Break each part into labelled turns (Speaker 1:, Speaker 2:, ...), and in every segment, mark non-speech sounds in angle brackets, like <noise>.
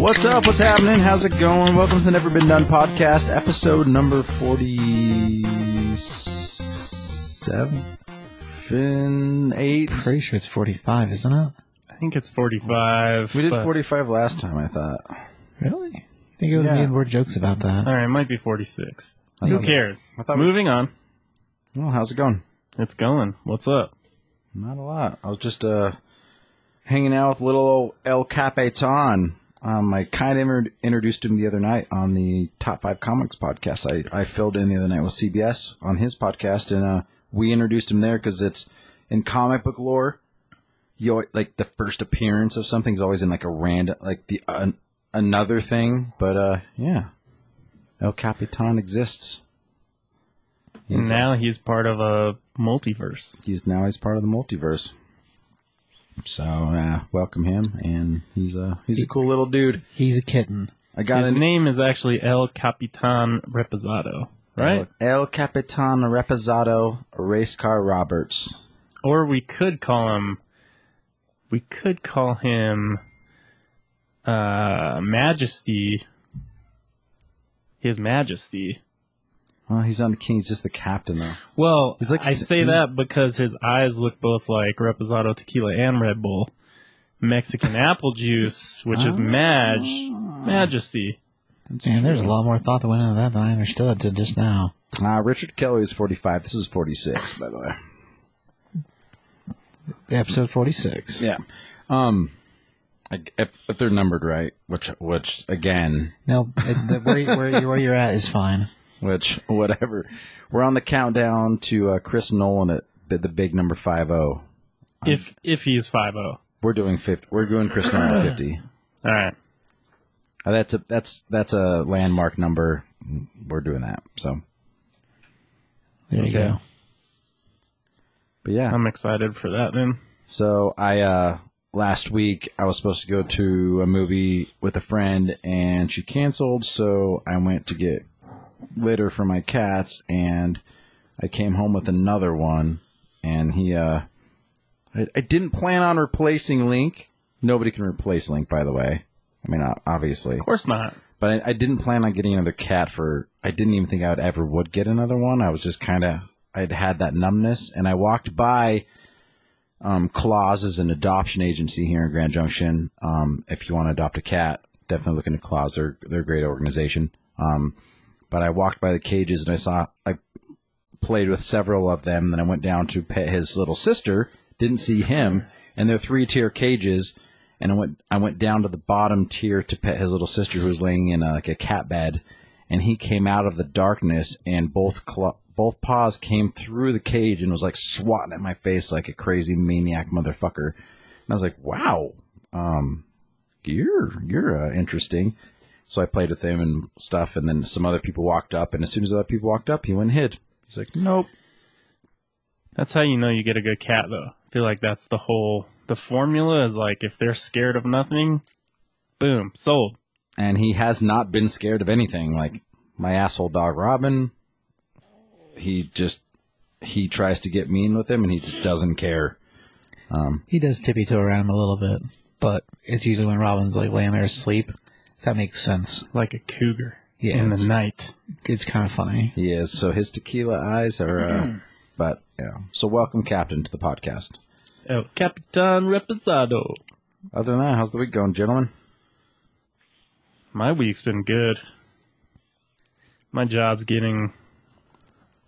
Speaker 1: What's up? What's happening? How's it going? Welcome to the Never Been Done podcast, episode number 47, 8.
Speaker 2: Pretty sure it's 45, isn't it?
Speaker 3: I think it's 45.
Speaker 1: We did
Speaker 3: but-
Speaker 1: 45 last time, I thought.
Speaker 2: Really? I think it would
Speaker 1: Yeah.
Speaker 2: be more jokes about that.
Speaker 3: All right, it might be 46.
Speaker 1: I
Speaker 3: Who
Speaker 1: thought-
Speaker 3: cares?
Speaker 1: I thought we-
Speaker 3: Moving on.
Speaker 1: Well, how's it going?
Speaker 3: It's going. What's up?
Speaker 1: Not a lot. I was just uh, hanging out with little old El Capitan. Um, I kind of inter- introduced him the other night on the Top Five Comics podcast. I, I filled in the other night with CBS on his podcast, and uh, we introduced him there because it's in comic book lore. You al- like the first appearance of something's always in like a random, like the an another thing. But uh, yeah, El Capitan exists.
Speaker 3: And
Speaker 1: He's, uh,
Speaker 3: now he's part of a multiverse.
Speaker 1: he's now he's part of the multiverse. So uh, welcome him, and he's a he's a cool little dude.
Speaker 2: He's a kitten.
Speaker 1: I got
Speaker 3: His
Speaker 1: an
Speaker 3: name is actually El Capitan Reposado, right?
Speaker 1: El Capitan Reposado Race Car Roberts.
Speaker 3: Or we could call him. We could call him. Uh, Majesty. His Majesty.
Speaker 1: Well, he's on the king. He's just the captain, though.
Speaker 3: Well,
Speaker 1: He's like
Speaker 3: I
Speaker 1: s- hmm?
Speaker 3: say that because his eyes look both like Reposado tequila and Red Bull,
Speaker 1: <laughs>
Speaker 3: Mexican apple juice, which
Speaker 1: Ah.
Speaker 3: is Maj, Majesty.
Speaker 2: Man, there's a lot more thought that went into that than I understood to just now.
Speaker 1: Uh, Richard Kelly is forty-five. This is forty-six, by the way.
Speaker 2: Episode 46.
Speaker 1: Yeah. Um, I- if, if they're numbered right, which which again,
Speaker 2: No, it, the, where, you- where, you- where you're at is fine.
Speaker 1: which <laughs> whatever, we're on the countdown to uh, Chris Nolan at the- the big number five zero.
Speaker 3: If if he's five oh. zero,
Speaker 1: We're doing fifty. We're doing Chris Nolan at fifty.
Speaker 3: all right.
Speaker 1: Uh, that's a that's that's a landmark number. We're doing that. So,
Speaker 2: There you go.
Speaker 1: but yeah.
Speaker 3: I'm excited for that. Then
Speaker 1: so I uh last week I was supposed to go to a movie with a friend and she canceled, so I went to get litter for my cats and I came home with another one and he uh I, I didn't plan on replacing Link. Nobody can replace Link, by the way. I mean, o- obviously.
Speaker 3: of course not.
Speaker 1: But I, I didn't plan on getting another cat for. I didn't even think I would ever would get another one. I was just kind of. I'd had that numbness, and I walked by. Um, Claws is an adoption agency here in Grand Junction. Um, if you want to adopt a cat, definitely look into Claws. They're they're a great organization. Um, but I walked by the cages and I saw I played with several of them. Then I went down to pet his little sister. Didn't see him, and they're three tier cages. And I went I went down to the bottom tier to pet his little sister who was laying in a, like a cat bed, and he came out of the darkness and both cl- both paws came through the cage and was like swatting at my face like a crazy maniac motherfucker. And I was like, wow, um, you're you're uh, interesting. So I played with him and stuff, and then some other people walked up, and as soon as other people walked up, he went and hid. He's like, nope.
Speaker 3: That's how you know you get a good cat, though. I feel like that's the whole the formula is like if they're scared of nothing, boom, sold.
Speaker 1: and he has not been scared of anything. Like my asshole dog Robin, he just he tries to get mean with him, and he just doesn't care.
Speaker 2: He does tippy toe around him a little bit, but it's usually when Robin's like laying there asleep. That makes sense.
Speaker 3: Like a cougar
Speaker 2: Yeah,
Speaker 3: in the
Speaker 2: it's-
Speaker 3: night.
Speaker 2: It's kind of funny.
Speaker 1: He is so his tequila eyes are. Uh, <clears throat> but yeah, so welcome Captain to the podcast.
Speaker 3: El Capitan Reposado.
Speaker 1: Other than that, how's the week going, gentlemen?
Speaker 3: My week's been good. My job's getting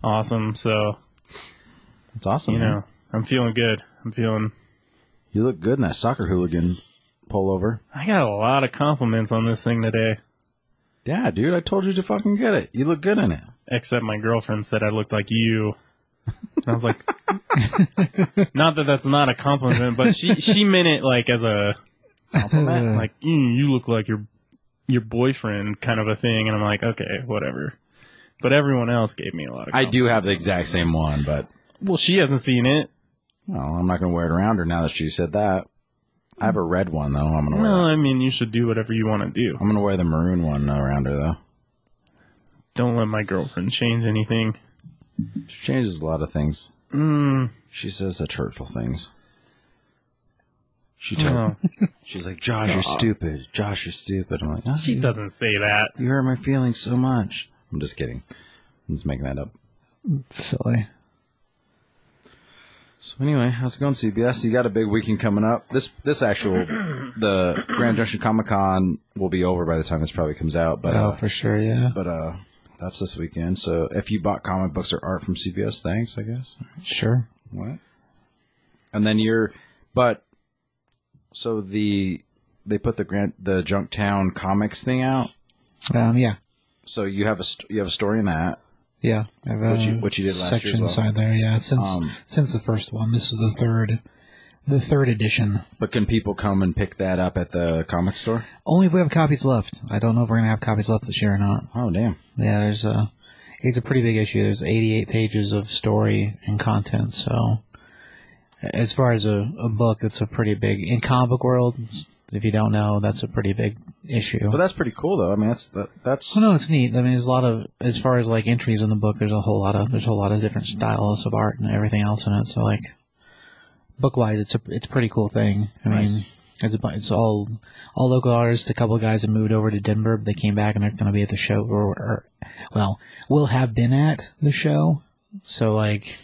Speaker 3: awesome, so
Speaker 1: It's awesome.
Speaker 3: you
Speaker 1: man.
Speaker 3: know I'm feeling good. I'm feeling.
Speaker 1: you look good in that soccer hooligan pullover.
Speaker 3: I got a lot of compliments on this thing today,
Speaker 1: Yeah, dude, I told you to fucking get it. You look good in it.
Speaker 3: except my girlfriend said I looked like you. And I was like, not that that's not a compliment, but she she meant it like as a
Speaker 1: Compliment.
Speaker 3: like mm, you look like your your boyfriend kind of a thing, and I'm like, okay, whatever. But everyone else gave me a lot of.
Speaker 1: I
Speaker 3: Compliments.
Speaker 1: do have the exact same one, but
Speaker 3: Well, she hasn't seen it.
Speaker 1: Well, I'm not going to wear it around her now that she said that. I have a red one though. I'm going to
Speaker 3: No,
Speaker 1: wear.
Speaker 3: I mean you should do whatever you want to do.
Speaker 1: I'm going to wear the maroon one around her though.
Speaker 3: Don't let my girlfriend change anything.
Speaker 1: She changes a lot of things.
Speaker 3: Mm,
Speaker 1: She says such hurtful things. She told
Speaker 3: No,
Speaker 1: <laughs> she's like, Josh, you're stupid. Josh, you're stupid. I'm like, "Ah,
Speaker 3: she
Speaker 1: you-
Speaker 3: doesn't say that.
Speaker 1: You hurt my feelings so much. I'm just kidding. I'm just making that up.
Speaker 2: Silly.
Speaker 1: So anyway, how's it going, CBS? You got a big weekend coming up. This this actual the Grand Junction Comic Con will be over by the time this probably comes out, but
Speaker 2: oh,
Speaker 1: uh,
Speaker 2: for sure, yeah.
Speaker 1: but uh, that's this weekend. So if you bought comic books or art from CBS, thanks, I guess.
Speaker 2: Sure.
Speaker 1: What? And then you're, but so the they put the Grand the Junktown comics thing out.
Speaker 2: Um, yeah.
Speaker 1: So you have a st- you have a story in that.
Speaker 2: Yeah. I have a
Speaker 1: What you- what you did last year as
Speaker 2: section
Speaker 1: well.
Speaker 2: inside there, yeah. Since
Speaker 1: Um,
Speaker 2: since the first one. This is the third the third edition.
Speaker 1: But can people come and pick that up at the comic store?
Speaker 2: Only if we have copies left. I don't know if we're gonna have copies left this year or not.
Speaker 1: Oh damn!
Speaker 2: Yeah, there's a. It's a pretty big issue. There's 88 pages of story and content. So, as far as a, a book, it's a pretty big in comic book world. If you don't know, that's a pretty big issue.
Speaker 1: But that's pretty cool though. I mean, that's that, that's
Speaker 2: Well, Oh, no, it's neat. I mean, there's a lot of as far as like entries in the book. There's a whole lot of there's a whole lot of different styles of art and everything else in it. So like, book wise, it's a it's a pretty cool thing. I mean,
Speaker 1: Nice.
Speaker 2: it's, a, bu- it's all all local artists. A couple of guys that moved over to Denver. They came back and they're going to be at the show or, or well, will have been at the show. So like,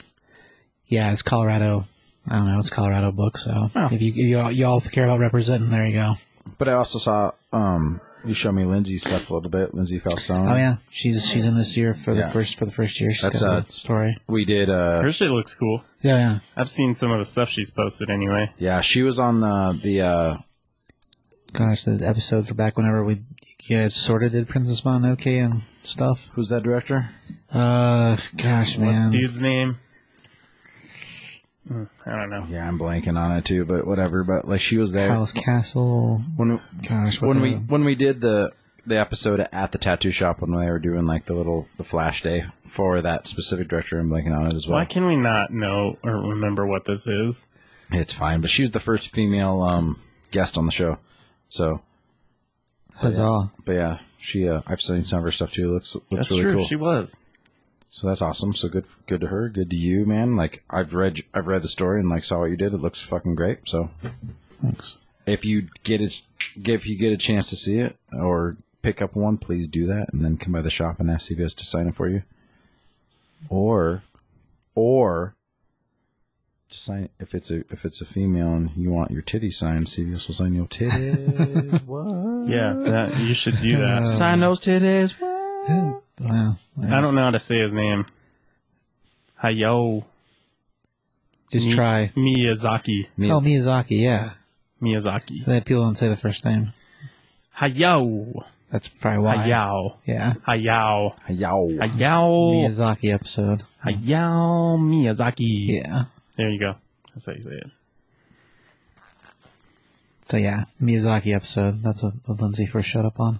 Speaker 2: yeah, it's Colorado. I don't know. It's Colorado book. So
Speaker 1: Oh.
Speaker 2: if you you all, you all care about representing, there you go.
Speaker 1: But I also saw um, you showed me Lindsay's stuff a little bit. Lindsay Falsone.
Speaker 2: Oh yeah, she's she's in this year for the
Speaker 1: Yeah.
Speaker 2: first for the first year. She's
Speaker 1: That's,
Speaker 2: got a
Speaker 1: uh,
Speaker 2: story.
Speaker 1: We did. Uh,
Speaker 3: Her shit looks cool.
Speaker 2: Yeah, yeah.
Speaker 3: I've seen some of the stuff she's posted anyway.
Speaker 1: yeah, she was on the the. Uh,
Speaker 2: Gosh, the episodes were back whenever we yeah sort of did Princess Mononoke and stuff.
Speaker 1: who's that director?
Speaker 2: Uh, gosh,
Speaker 3: What's
Speaker 2: man.
Speaker 3: dude's name? Mm, I don't know.
Speaker 1: Yeah, I'm blanking on it too, but whatever. But like, she was there
Speaker 2: House Castle.
Speaker 1: when
Speaker 2: Gosh, what
Speaker 1: when
Speaker 2: the-
Speaker 1: we when we did the the episode at the tattoo shop when they were doing like the little the flash day for that specific director. I'm blanking on it as well.
Speaker 3: Why can we not know or remember what this is?
Speaker 1: It's fine, but she was the first female um, guest on the show. So,
Speaker 2: huzzah.
Speaker 1: but yeah, she uh, I've seen some of her stuff too. Looks looks
Speaker 3: That's
Speaker 1: really
Speaker 3: true.
Speaker 1: cool.
Speaker 3: She was.
Speaker 1: So that's awesome. So good, good to her. Good to you, man. Like I've read, I've read the story and like saw what you did. It looks fucking great. So
Speaker 2: Thanks.
Speaker 1: if you get it, if you get a chance to see it or pick up one, please do that, and then come by the shop and ask CBS to sign it for you, or, or. Just sign if it's a if it's a female and you want your titty signed, CBS will sign your titties. what?
Speaker 3: Yeah, that, you should
Speaker 2: <laughs>
Speaker 3: do that.
Speaker 1: Sign those titties.
Speaker 2: Yeah. Wow.
Speaker 3: I don't know how to say his name. Hayao
Speaker 2: Just
Speaker 3: Me-
Speaker 2: try.
Speaker 3: Miyazaki.
Speaker 1: Me-
Speaker 2: Oh, Miyazaki. Yeah,
Speaker 3: Miyazaki.
Speaker 2: that people don't say the first name.
Speaker 3: Hayao.
Speaker 2: That's probably
Speaker 1: Uh,
Speaker 2: why.
Speaker 3: Hayao.
Speaker 2: Yeah.
Speaker 3: Hayao.
Speaker 1: Yow.
Speaker 3: Hayao.
Speaker 2: Miyazaki episode.
Speaker 3: Hayao Miyazaki.
Speaker 2: Yeah.
Speaker 3: There you go. That's how you say it.
Speaker 2: So yeah, Miyazaki episode. That's what Lindsay first showed up on.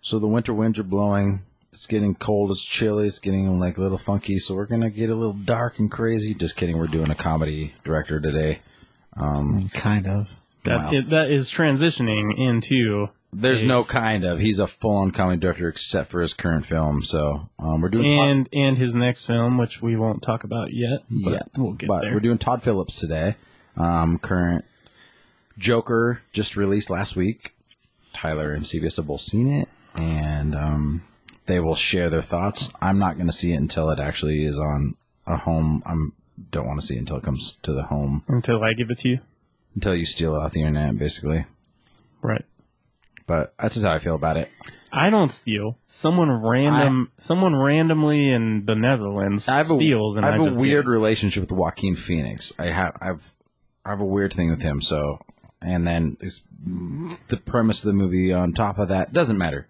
Speaker 1: So the winter winds are blowing. It's getting cold. It's chilly. It's getting like a little funky. So we're gonna get a little dark and crazy. Just kidding. We're doing a comedy director today.
Speaker 2: I
Speaker 1: Um,
Speaker 2: mean, kind of. <laughs>
Speaker 3: That,
Speaker 1: Wow.
Speaker 3: it, that is transitioning into
Speaker 1: there's no kind of. He's a full-on comedy director, except for his current film. So um, we're doing. Todd-
Speaker 3: and and his next film, which we won't talk about yet. But
Speaker 1: Yeah,
Speaker 3: we'll get
Speaker 1: but
Speaker 3: there.
Speaker 1: we're doing Todd Phillips today. Um, current Joker just released last week. Tyler and CBS have both seen it, and um, they will share their thoughts. I'm not going to see it until it actually is on a home. I'm don't want to see it until it comes to the home.
Speaker 3: Until I give it to you,
Speaker 1: Until you steal it off the internet, basically.
Speaker 3: right?
Speaker 1: But that's just how I feel about it.
Speaker 3: I don't steal. Someone random, someone randomly in the Netherlands
Speaker 1: I have a,
Speaker 3: steals, and
Speaker 1: I
Speaker 3: I,
Speaker 1: have a
Speaker 3: just get
Speaker 1: weird
Speaker 3: it.
Speaker 1: relationship with Joaquin Phoenix. I have I've I have a weird thing with him. So, and then it's, the premise of the movie on top of that doesn't matter.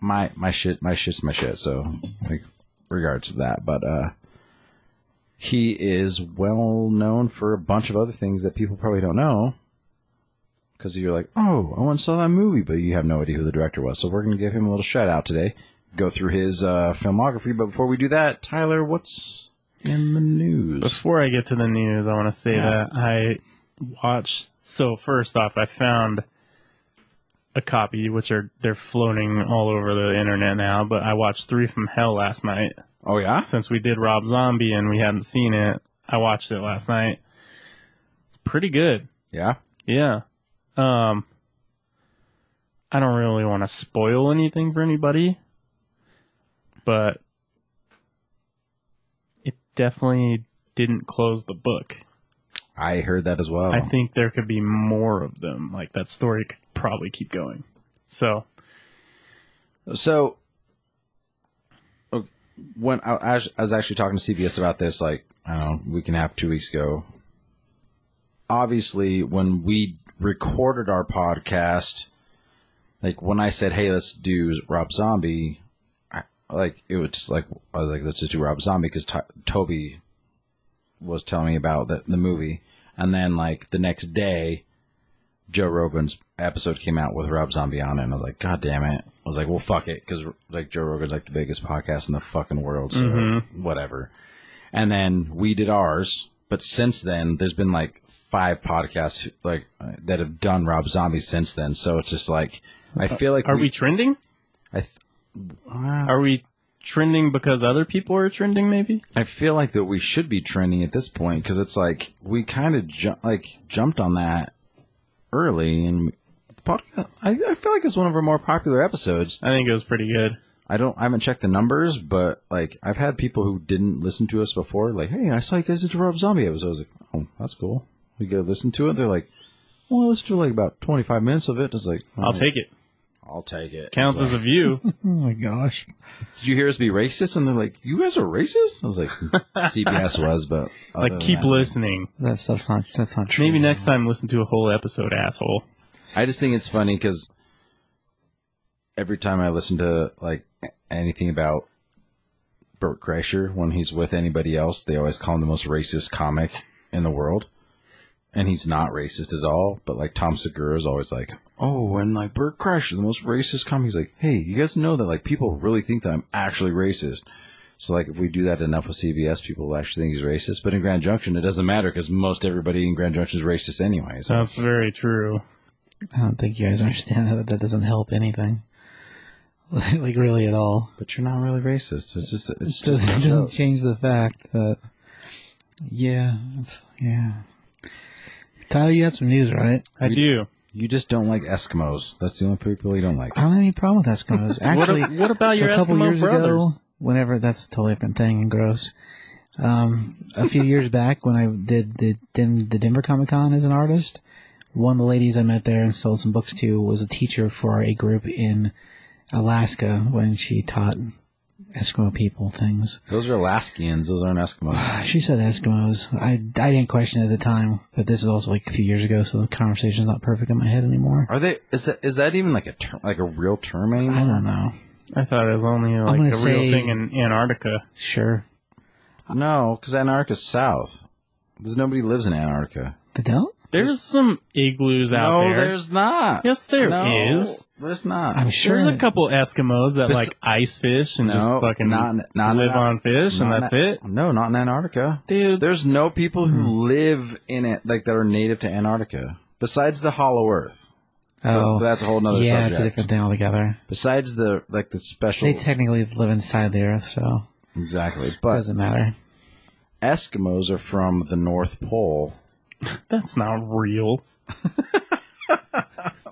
Speaker 1: My my shit my shit's my shit. So, like, regards to that. But uh, he is well known for a bunch of other things that people probably don't know. Because you're like, oh, I once saw that movie, but you have no idea who the director was. So we're going to give him a little shout out today, go through his uh, filmography. But before we do that, Tyler, what's in the news?
Speaker 3: Before I get to the news, I want to say
Speaker 1: Yeah.
Speaker 3: that I watched. So first off, I found a copy, which are they're floating all over the internet now. But I watched Three from Hell last night.
Speaker 1: Oh, yeah?
Speaker 3: since we did Rob Zombie and we hadn't seen it, I watched it last night. Pretty good.
Speaker 1: Yeah.
Speaker 3: Yeah. Um I don't really want to spoil anything for anybody, but it definitely didn't close the book.
Speaker 1: I heard that as well.
Speaker 3: I think there could be more of them. Like that story could probably keep going. So,
Speaker 1: So, o- when I, I was- I was actually talking to CBS about this, like I don't know, week and a half, two weeks ago. Obviously, when we recorded our podcast, like when I said, "Hey, let's do Rob Zombie," I, like it was just like I was like, "Let's just do Rob Zombie" because Toby was telling me about the, the movie, and then like the next day. Joe Rogan's episode came out with Rob Zombie on it, and I was like, God damn it! I was like, well, fuck it, because like Joe Rogan's like the biggest podcast in the fucking world, so whatever. And then we did ours, but since then, there's been like five podcasts like that have done Rob Zombie since then. So it's just like I feel like
Speaker 3: Uh, are we trending?
Speaker 1: I th- uh,
Speaker 3: Are we trending because other people are trending? Maybe.
Speaker 1: I feel like that we should be trending at this point because it's like we kind of ju- like jumped on that early, and the podcast. I, I feel like it's one of our more popular episodes.
Speaker 3: I think it was pretty good.
Speaker 1: I don't. I haven't checked the numbers, but like I've had people who didn't listen to us before, like, "Hey, I saw you guys did a Rob Zombie episode." I was like, "Oh, that's cool." We go listen to it. They're like, "Well, let's do like about twenty-five minutes of it." It's like, "Oh,
Speaker 3: I'll take it.
Speaker 1: I'll take it."
Speaker 3: Counts
Speaker 1: It's
Speaker 3: as a view.
Speaker 2: Oh my gosh.
Speaker 1: like, Did you hear us be racist? And they're like, "You guys are racist." I was like, "Hmm,
Speaker 3: <laughs>
Speaker 1: "CBS was, but <laughs> other
Speaker 3: like
Speaker 1: than
Speaker 3: keep
Speaker 1: that-
Speaker 3: listening.
Speaker 2: That stuff's not, that's not true.
Speaker 3: Maybe next time listen to a whole episode, asshole.
Speaker 1: I just think it's funny because every time I listen to like a- anything about Burt Kreischer when he's with anybody else, they always call him the most racist comic in the world, and he's not racist at all. But like Tom Segura is always like, "Oh, and like Burt Kreischer, the most racist comic." He's like, "Hey, you guys know that like people really think that I'm actually racist." So like if we do that enough with CBS, people will actually think he's racist. But in Grand Junction, it doesn't matter because most everybody in Grand Junction is racist anyway. So
Speaker 3: That's very true.
Speaker 2: I don't think you guys understand that. That doesn't help anything. <laughs> like, really at all. <laughs>
Speaker 1: But you're not really racist. It's just it's
Speaker 2: It doesn't,
Speaker 1: just
Speaker 2: doesn't change the fact that, yeah, it's, yeah. Tyler, you had some news, right?
Speaker 3: I
Speaker 1: We-
Speaker 3: do.
Speaker 1: you just don't like Eskimos. That's the only people you don't like.
Speaker 2: I don't have any problem with <laughs> Eskimos. Actually,
Speaker 3: what, a- what about
Speaker 2: so
Speaker 3: your
Speaker 2: a couple
Speaker 3: Eskimo
Speaker 2: years
Speaker 3: brothers?
Speaker 2: ago, whenever that's a totally different thing and gross. Um, a few years back, when I did the Den- the Denver Comic Con as an artist, one of the ladies I met there and sold some books to was a teacher for a group in Alaska when she taught Eskimo people things.
Speaker 1: Those are Alaskians. Those aren't Eskimos.
Speaker 2: She said Eskimos. I, I didn't question it at the time, but this is also like a few years ago, so the conversation's not perfect in my head anymore.
Speaker 1: Are they? Is that is that even like a term, like a real term
Speaker 2: I
Speaker 1: anymore?
Speaker 2: don't know.
Speaker 3: I thought it was only like a
Speaker 2: gonna
Speaker 3: real
Speaker 2: say-
Speaker 3: thing in Antarctica.
Speaker 2: Sure.
Speaker 1: No, because Antarctica's south. There's nobody lives in Antarctica.
Speaker 2: The don't?
Speaker 3: There's, some igloos out
Speaker 1: no,
Speaker 3: there.
Speaker 1: there's not.
Speaker 3: Yes, there
Speaker 1: no,
Speaker 3: is.
Speaker 1: There's not.
Speaker 2: I'm sure.
Speaker 3: There's a couple Eskimos that
Speaker 1: Bes-
Speaker 3: like ice fish and
Speaker 1: no,
Speaker 3: just fucking
Speaker 1: not, in- not in
Speaker 3: live
Speaker 1: Antar-
Speaker 3: on fish, and
Speaker 1: not in
Speaker 3: that's
Speaker 1: An-
Speaker 3: it,
Speaker 1: No, not in Antarctica.
Speaker 3: dude.
Speaker 1: There's no people who live in it like that are native to Antarctica. Besides the Hollow Earth.
Speaker 2: Oh.
Speaker 1: But that's a whole nother
Speaker 2: yeah,
Speaker 1: subject.
Speaker 2: it's a different thing altogether.
Speaker 1: Besides the like the special
Speaker 2: They technically live inside the earth, so
Speaker 1: exactly,
Speaker 2: it
Speaker 1: but
Speaker 2: doesn't matter.
Speaker 1: Eskimos are from the North Pole.
Speaker 3: That's not real.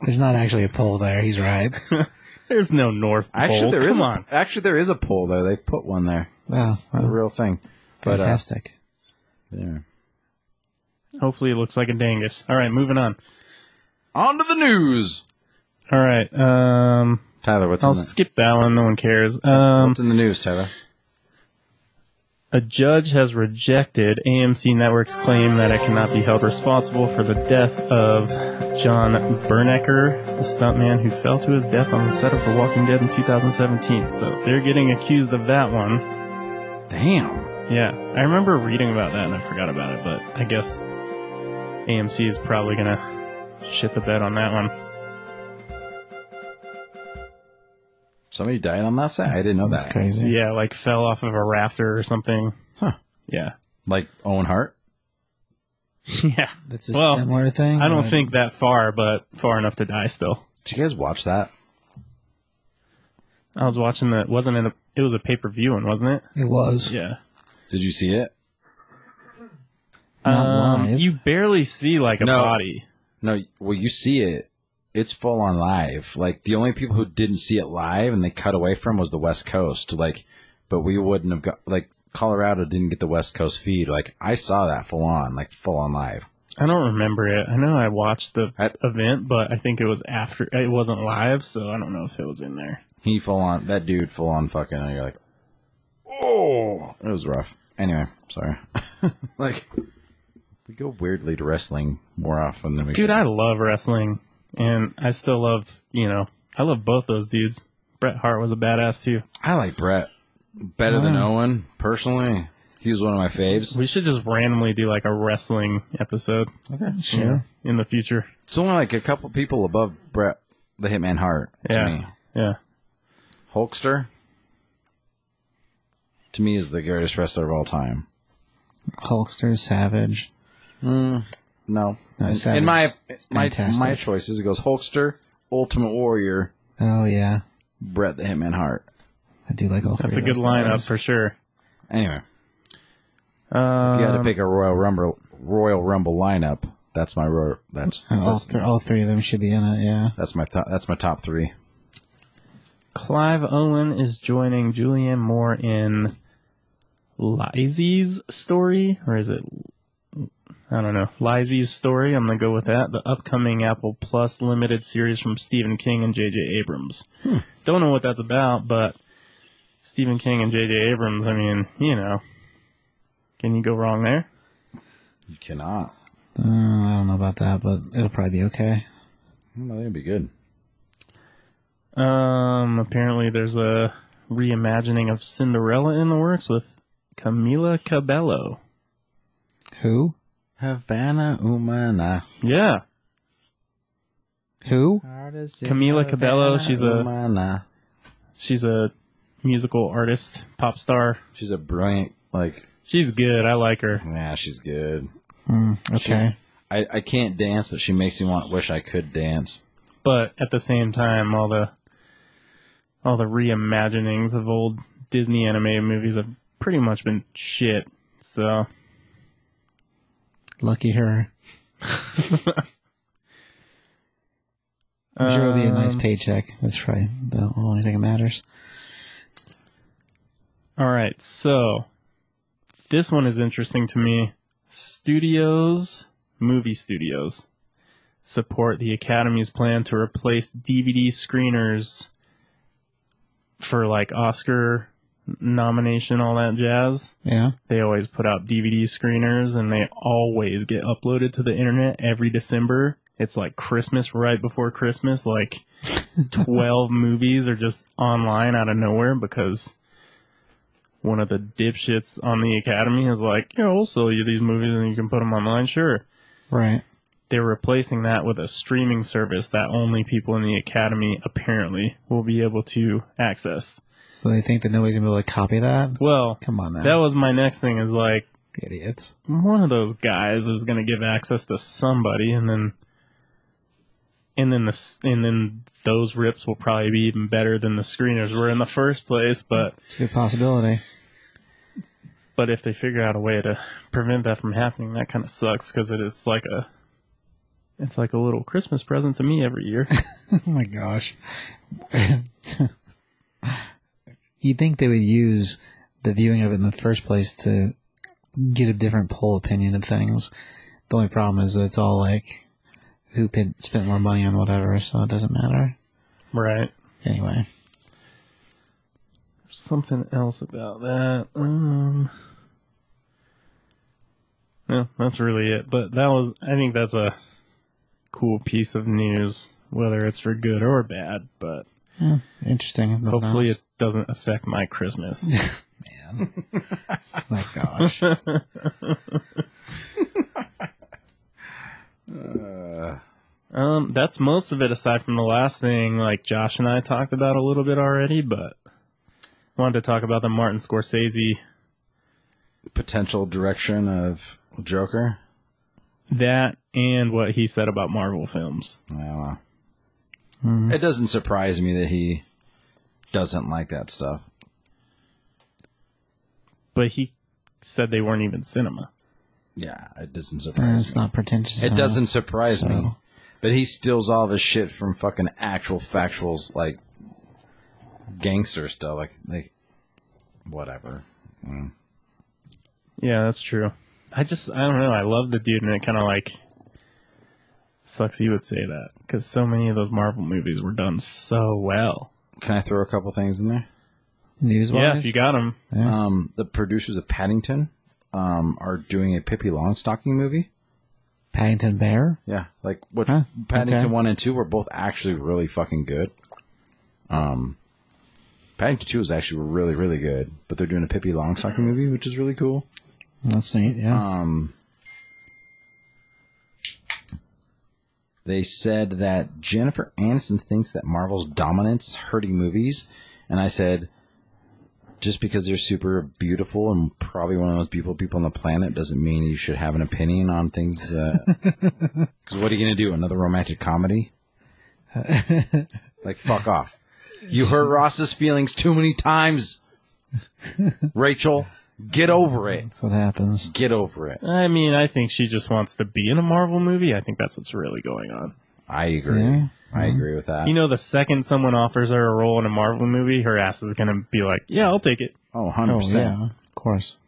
Speaker 2: There's not actually a pole there. He's right.
Speaker 1: <laughs>
Speaker 3: There's no North Pole.
Speaker 1: Actually, there is.
Speaker 3: Come
Speaker 1: a-
Speaker 3: on.
Speaker 1: Actually, there is a pole though. They put one there.
Speaker 2: Wow,
Speaker 1: A
Speaker 2: wow,
Speaker 1: real thing. But uh,
Speaker 2: fantastic.
Speaker 1: yeah.
Speaker 3: Hopefully, it looks like a dangus. All right, moving on.
Speaker 1: on to the news.
Speaker 3: All right, um,
Speaker 1: Tyler, what's
Speaker 3: I'll
Speaker 1: in the,
Speaker 3: skip that one. No one cares. Um,
Speaker 1: what's in the news, Tyler?
Speaker 3: a judge has rejected AMC Network's claim that it cannot be held responsible for the death of John Bernecker, the stuntman who fell to his death on the set of The Walking Dead in 2017. So they're getting accused of that one.
Speaker 1: Damn.
Speaker 3: Yeah, I remember reading about that and I forgot about it, but I guess AMC is probably gonna shit the bed on that one.
Speaker 1: Somebody died on that set. I didn't know
Speaker 2: That's
Speaker 1: that.
Speaker 2: crazy.
Speaker 3: Yeah, like fell off of a rafter or something.
Speaker 1: Huh.
Speaker 3: Yeah.
Speaker 1: Like Owen Hart.
Speaker 3: yeah.
Speaker 2: That's a
Speaker 3: Well,
Speaker 2: similar thing.
Speaker 3: I don't
Speaker 2: but
Speaker 3: think that far, but far enough to die still.
Speaker 1: Did you guys watch that?
Speaker 3: I was watching the wasn't it a it was a pay per view one, wasn't it?
Speaker 2: it was.
Speaker 3: Yeah.
Speaker 1: Did you see it?
Speaker 2: Not live.
Speaker 3: Um, You barely see like a
Speaker 1: No.
Speaker 3: body.
Speaker 1: No, well, you see it. It's full on live. Like the only people who didn't see it live and they cut away from was the West Coast. Like, but we wouldn't have got like Colorado didn't get the West Coast feed. Like I saw that full on, like full on live.
Speaker 3: I don't remember it. I know I watched the
Speaker 1: I-
Speaker 3: event, but I think it was after. It wasn't live, so I don't know if it was in there.
Speaker 1: He full on that dude full on fucking. And you're like, oh, it was rough. Anyway, sorry. <laughs> like we go weirdly to wrestling more often than we
Speaker 3: Dude, I love wrestling, and I still love, you know, I love both those dudes. Bret Hart was a badass too.
Speaker 1: I like Brett better than Owen personally. He was one of my faves.
Speaker 3: We should just randomly do like a wrestling episode
Speaker 1: Okay,
Speaker 2: Sure.
Speaker 3: in the future.
Speaker 1: It's only like a couple people above Brett the Hitman Hart to
Speaker 3: Yeah.
Speaker 1: me.
Speaker 3: Yeah.
Speaker 1: Hulkster to me is the greatest wrestler of all time.
Speaker 2: Hulkster, Savage.
Speaker 1: No,
Speaker 2: No,
Speaker 1: in,
Speaker 2: Savage
Speaker 1: in my
Speaker 2: is
Speaker 1: my
Speaker 2: fantastic.
Speaker 1: my choices it goes Hulkster, Ultimate Warrior,
Speaker 2: Oh yeah,
Speaker 1: Brett the Hitman Hart.
Speaker 2: I do like all
Speaker 3: That's a
Speaker 2: three.
Speaker 3: good
Speaker 2: of those guys.
Speaker 3: lineup for sure.
Speaker 1: Anyway,
Speaker 3: Um,
Speaker 1: you got to pick a Royal Rumble Royal Rumble lineup. That's my Royal. That's
Speaker 2: And Uh, all,
Speaker 1: that's,
Speaker 2: th- all three of them should be in it. Yeah.
Speaker 1: that's my top, that's my top three.
Speaker 3: Clive Owen is joining Julianne Moore in Lizzie's story, or is it? I don't know. Lizzie's story. I'm gonna go with that. The upcoming Apple Plus limited series from Stephen King and J.J. Abrams. Don't know what that's about, but Stephen King and J.J. Abrams. I mean, you know, can you go wrong there?
Speaker 1: You cannot.
Speaker 2: Uh, I don't know about that, but it'll probably be okay.
Speaker 1: No, that'd be good.
Speaker 3: Um, apparently there's a reimagining of Cinderella in the works with Camila Cabello.
Speaker 2: Who?
Speaker 1: Havana Umana.
Speaker 3: Yeah,
Speaker 2: Who?
Speaker 3: Camila Cabello, she's a-
Speaker 1: Umana.
Speaker 3: she's a musical artist, pop star.
Speaker 1: She's a brilliant like.
Speaker 3: She's good. I like her.
Speaker 1: Yeah, she's good.
Speaker 2: Mm, okay.
Speaker 1: I, I can't dance, but she makes me want wish I could dance.
Speaker 3: But at the same time, all the all the reimaginings of old Disney animated movies have pretty much been shit. So
Speaker 2: Lucky her. I'm sure it'll be a nice
Speaker 3: um,
Speaker 2: paycheck. That's probably the only thing that matters.
Speaker 3: All right, so this one is interesting to me. Studios, movie studios, support the Academy's plan to replace DVD screeners for like Oscar nomination, all that jazz.
Speaker 2: Yeah.
Speaker 3: They always put out DVD screeners and they always get uploaded to the internet every December. It's like Christmas, right before Christmas. Like 12 movies are just online out of nowhere because one of the dipshits on the Academy is like, yeah, we'll sell you these movies and you can put them online. Sure.
Speaker 2: Right.
Speaker 3: They're replacing that with a streaming service that only people in the Academy apparently will be able to access.
Speaker 2: So they think that nobody's gonna be able to copy that.
Speaker 3: Well,
Speaker 2: Come on now,
Speaker 3: that was my next thing is like,
Speaker 2: idiots.
Speaker 3: one of those guys is going to give access to somebody and then and then the s- and then those rips will probably be even better than the screeners were in the first place but
Speaker 2: It's a good possibility. <laughs>
Speaker 3: but if they figure out a way to prevent that from happening that kind of sucks cuz it, it's like a it's like a little christmas present to me every year
Speaker 2: oh my gosh. <laughs> You'd think they would use the viewing of it in the first place to get a different poll opinion of things. The only problem is that it's all like who pin- spent more money on whatever, so it doesn't matter.
Speaker 3: right
Speaker 2: Anyway,
Speaker 3: something else about that. Um, no, that's really it. But that was, I think that's a cool piece of news, whether it's for good or bad. But
Speaker 2: interesting. Nothing
Speaker 3: Hmm. hopefully
Speaker 2: else.
Speaker 3: it doesn't affect my Christmas.
Speaker 2: Man. my gosh.
Speaker 3: <laughs> um, that's most of it, aside from the last thing, like Josh and I talked about a little bit already. But wanted to talk about the Martin Scorsese
Speaker 1: Potential direction of Joker.
Speaker 3: that and what he said about Marvel films.
Speaker 1: Yeah.
Speaker 2: Mm-hmm.
Speaker 1: It doesn't surprise me that he doesn't like that stuff.
Speaker 3: But he said they weren't even cinema.
Speaker 1: Yeah, it doesn't
Speaker 2: Uh,
Speaker 1: surprise
Speaker 2: it's not pretentious.
Speaker 1: me. It
Speaker 2: at all.
Speaker 1: doesn't surprise me.
Speaker 2: So-
Speaker 1: But he steals all this shit from fucking actual factuals, like gangster stuff. Like, like whatever. Mm.
Speaker 3: Yeah, that's true. I just, I don't know. I love the dude, and it kind of like sucks you would say that because so many of those Marvel movies were done so well.
Speaker 1: Can I throw a couple things in there?
Speaker 2: News
Speaker 3: yeah,
Speaker 2: wise,
Speaker 3: if you got him.
Speaker 1: Um, the producers of Paddington um, are doing a Pippi Longstocking movie.
Speaker 2: Paddington Bear.
Speaker 1: Yeah, like which
Speaker 2: Huh,
Speaker 1: Paddington
Speaker 2: okay.
Speaker 1: one and two were both actually really fucking good. Um, Paddington two is actually really really good, but they're doing a Pippi Longstocking movie, which is really cool.
Speaker 2: That's neat.
Speaker 3: Uh.
Speaker 2: Yeah.
Speaker 1: Um, they said that Jennifer Aniston thinks that Marvel's dominance is hurting movies, and I said, just because they're super beautiful and probably one of the most beautiful people on the planet doesn't mean you should have an opinion on things. Because what are you gonna do? Another romantic comedy? like fuck off! You hurt Ross's feelings too many times, Rachel. Get over it.
Speaker 2: That's what happens.
Speaker 1: Get over it.
Speaker 3: I mean, I think she just wants to be in a Marvel movie. I think that's what's really going on.
Speaker 1: I agree.
Speaker 2: Yeah.
Speaker 1: I agree with that.
Speaker 3: You know, the second someone offers her a role in a Marvel movie, her ass is going to be like, yeah, I'll take it.
Speaker 1: oh,
Speaker 2: Oh
Speaker 1: 100%.
Speaker 2: yeah, of course.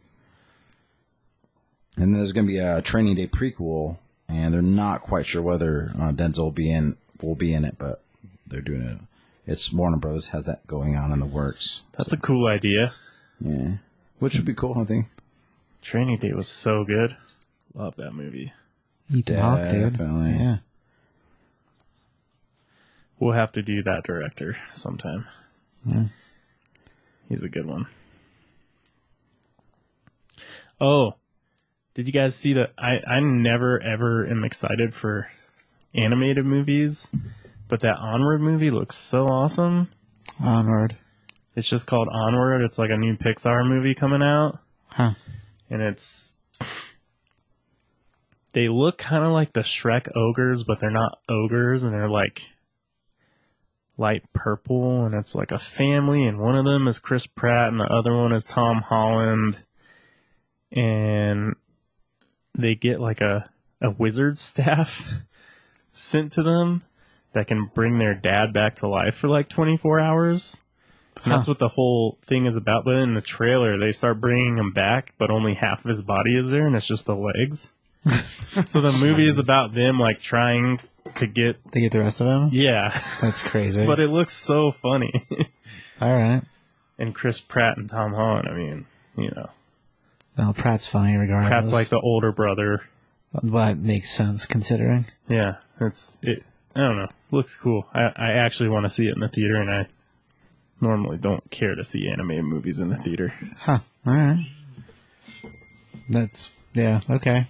Speaker 1: And there's going to be a Training Day prequel, and they're not quite sure whether uh, Denzel will be, in, will be in it, but they're doing it. It's Warner Brothers has that going on in the works.
Speaker 3: That's a cool idea.
Speaker 1: Yeah. Which would be cool, I think.
Speaker 3: Training Day was so good. Love that movie.
Speaker 2: Eat the hawk, dude.
Speaker 1: Definitely.
Speaker 2: Yeah.
Speaker 3: We'll have to do that director sometime.
Speaker 2: Yeah.
Speaker 3: He's a good one. Oh, did you guys see that? I, I never ever am excited for animated movies, but that Onward movie looks so awesome.
Speaker 2: Onward.
Speaker 3: It's just called Onward. It's like a new Pixar movie coming out,
Speaker 2: Huh.
Speaker 3: and it's they look kind of like the Shrek ogres, but they're not ogres, and they're like light purple, and it's like a family, and one of them is Chris Pratt, and the other one is Tom Holland, and they get like a a wizard <laughs> staff sent to them that can bring their dad back to life for like 24 hours. And that's
Speaker 2: Huh.
Speaker 3: what the whole thing is about. But in the trailer, they start bringing him back, but only half of his body is there, and it's just
Speaker 2: <laughs>
Speaker 3: the legs. so the movie is about them like trying to get
Speaker 2: They get the rest of him. <laughs>
Speaker 3: yeah,
Speaker 2: That's crazy.
Speaker 3: but it looks so funny. <laughs>
Speaker 2: All right.
Speaker 3: and Chris Pratt and Tom Holland. I mean, you know,
Speaker 2: Well, Pratt's funny regardless.
Speaker 3: Pratt's like the older brother.
Speaker 2: But makes sense considering.
Speaker 3: Yeah, it's it. I don't know. Looks cool. I I actually want to see it in the theater, and I normally don't care to see anime movies in the theater.
Speaker 2: Huh. All right. That's yeah. Okay.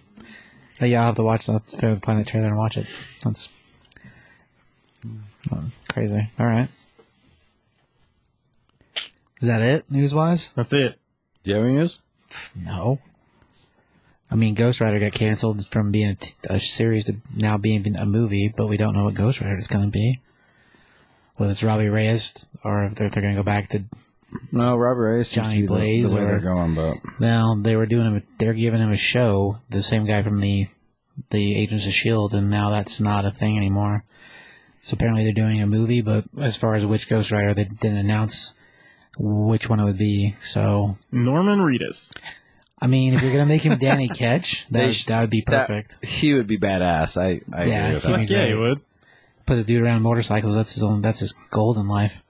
Speaker 2: Uh, yeah, I'll have to watch. I'll have to find that trailer and watch it. That's uh, crazy. All right. Is that it news wise?
Speaker 3: That's it.
Speaker 1: Do you have any news?
Speaker 2: No. I mean, Ghost Rider got canceled from being a, t- a series to now being a movie, but we don't know what Ghost Rider is going to be. Whether it's Robbie Reyes or if they're, if they're going to go back to
Speaker 1: No, Robert Ray seems
Speaker 2: Johnny
Speaker 1: to be the-
Speaker 2: Blaze
Speaker 1: the way
Speaker 2: or-
Speaker 1: they're going, but
Speaker 2: Well, they were doing him. They're giving him a show. The same guy from the the Agents of Shield, E and now that's not a thing anymore. So apparently they're doing a movie, but as far as which Ghost Rider, they didn't announce which one it would be. So
Speaker 3: Norman Reedus.
Speaker 2: I mean, if you're gonna make him Danny Ketch,
Speaker 1: They
Speaker 2: that
Speaker 1: sh-
Speaker 2: that would be
Speaker 1: that-
Speaker 2: perfect.
Speaker 1: he would be badass. I, I
Speaker 2: Yeah,
Speaker 1: agree with
Speaker 2: he-
Speaker 1: that.
Speaker 3: Fuck yeah,
Speaker 2: great.
Speaker 3: you would.
Speaker 2: Put the dude around motorcycles. That's his own. That's his golden life.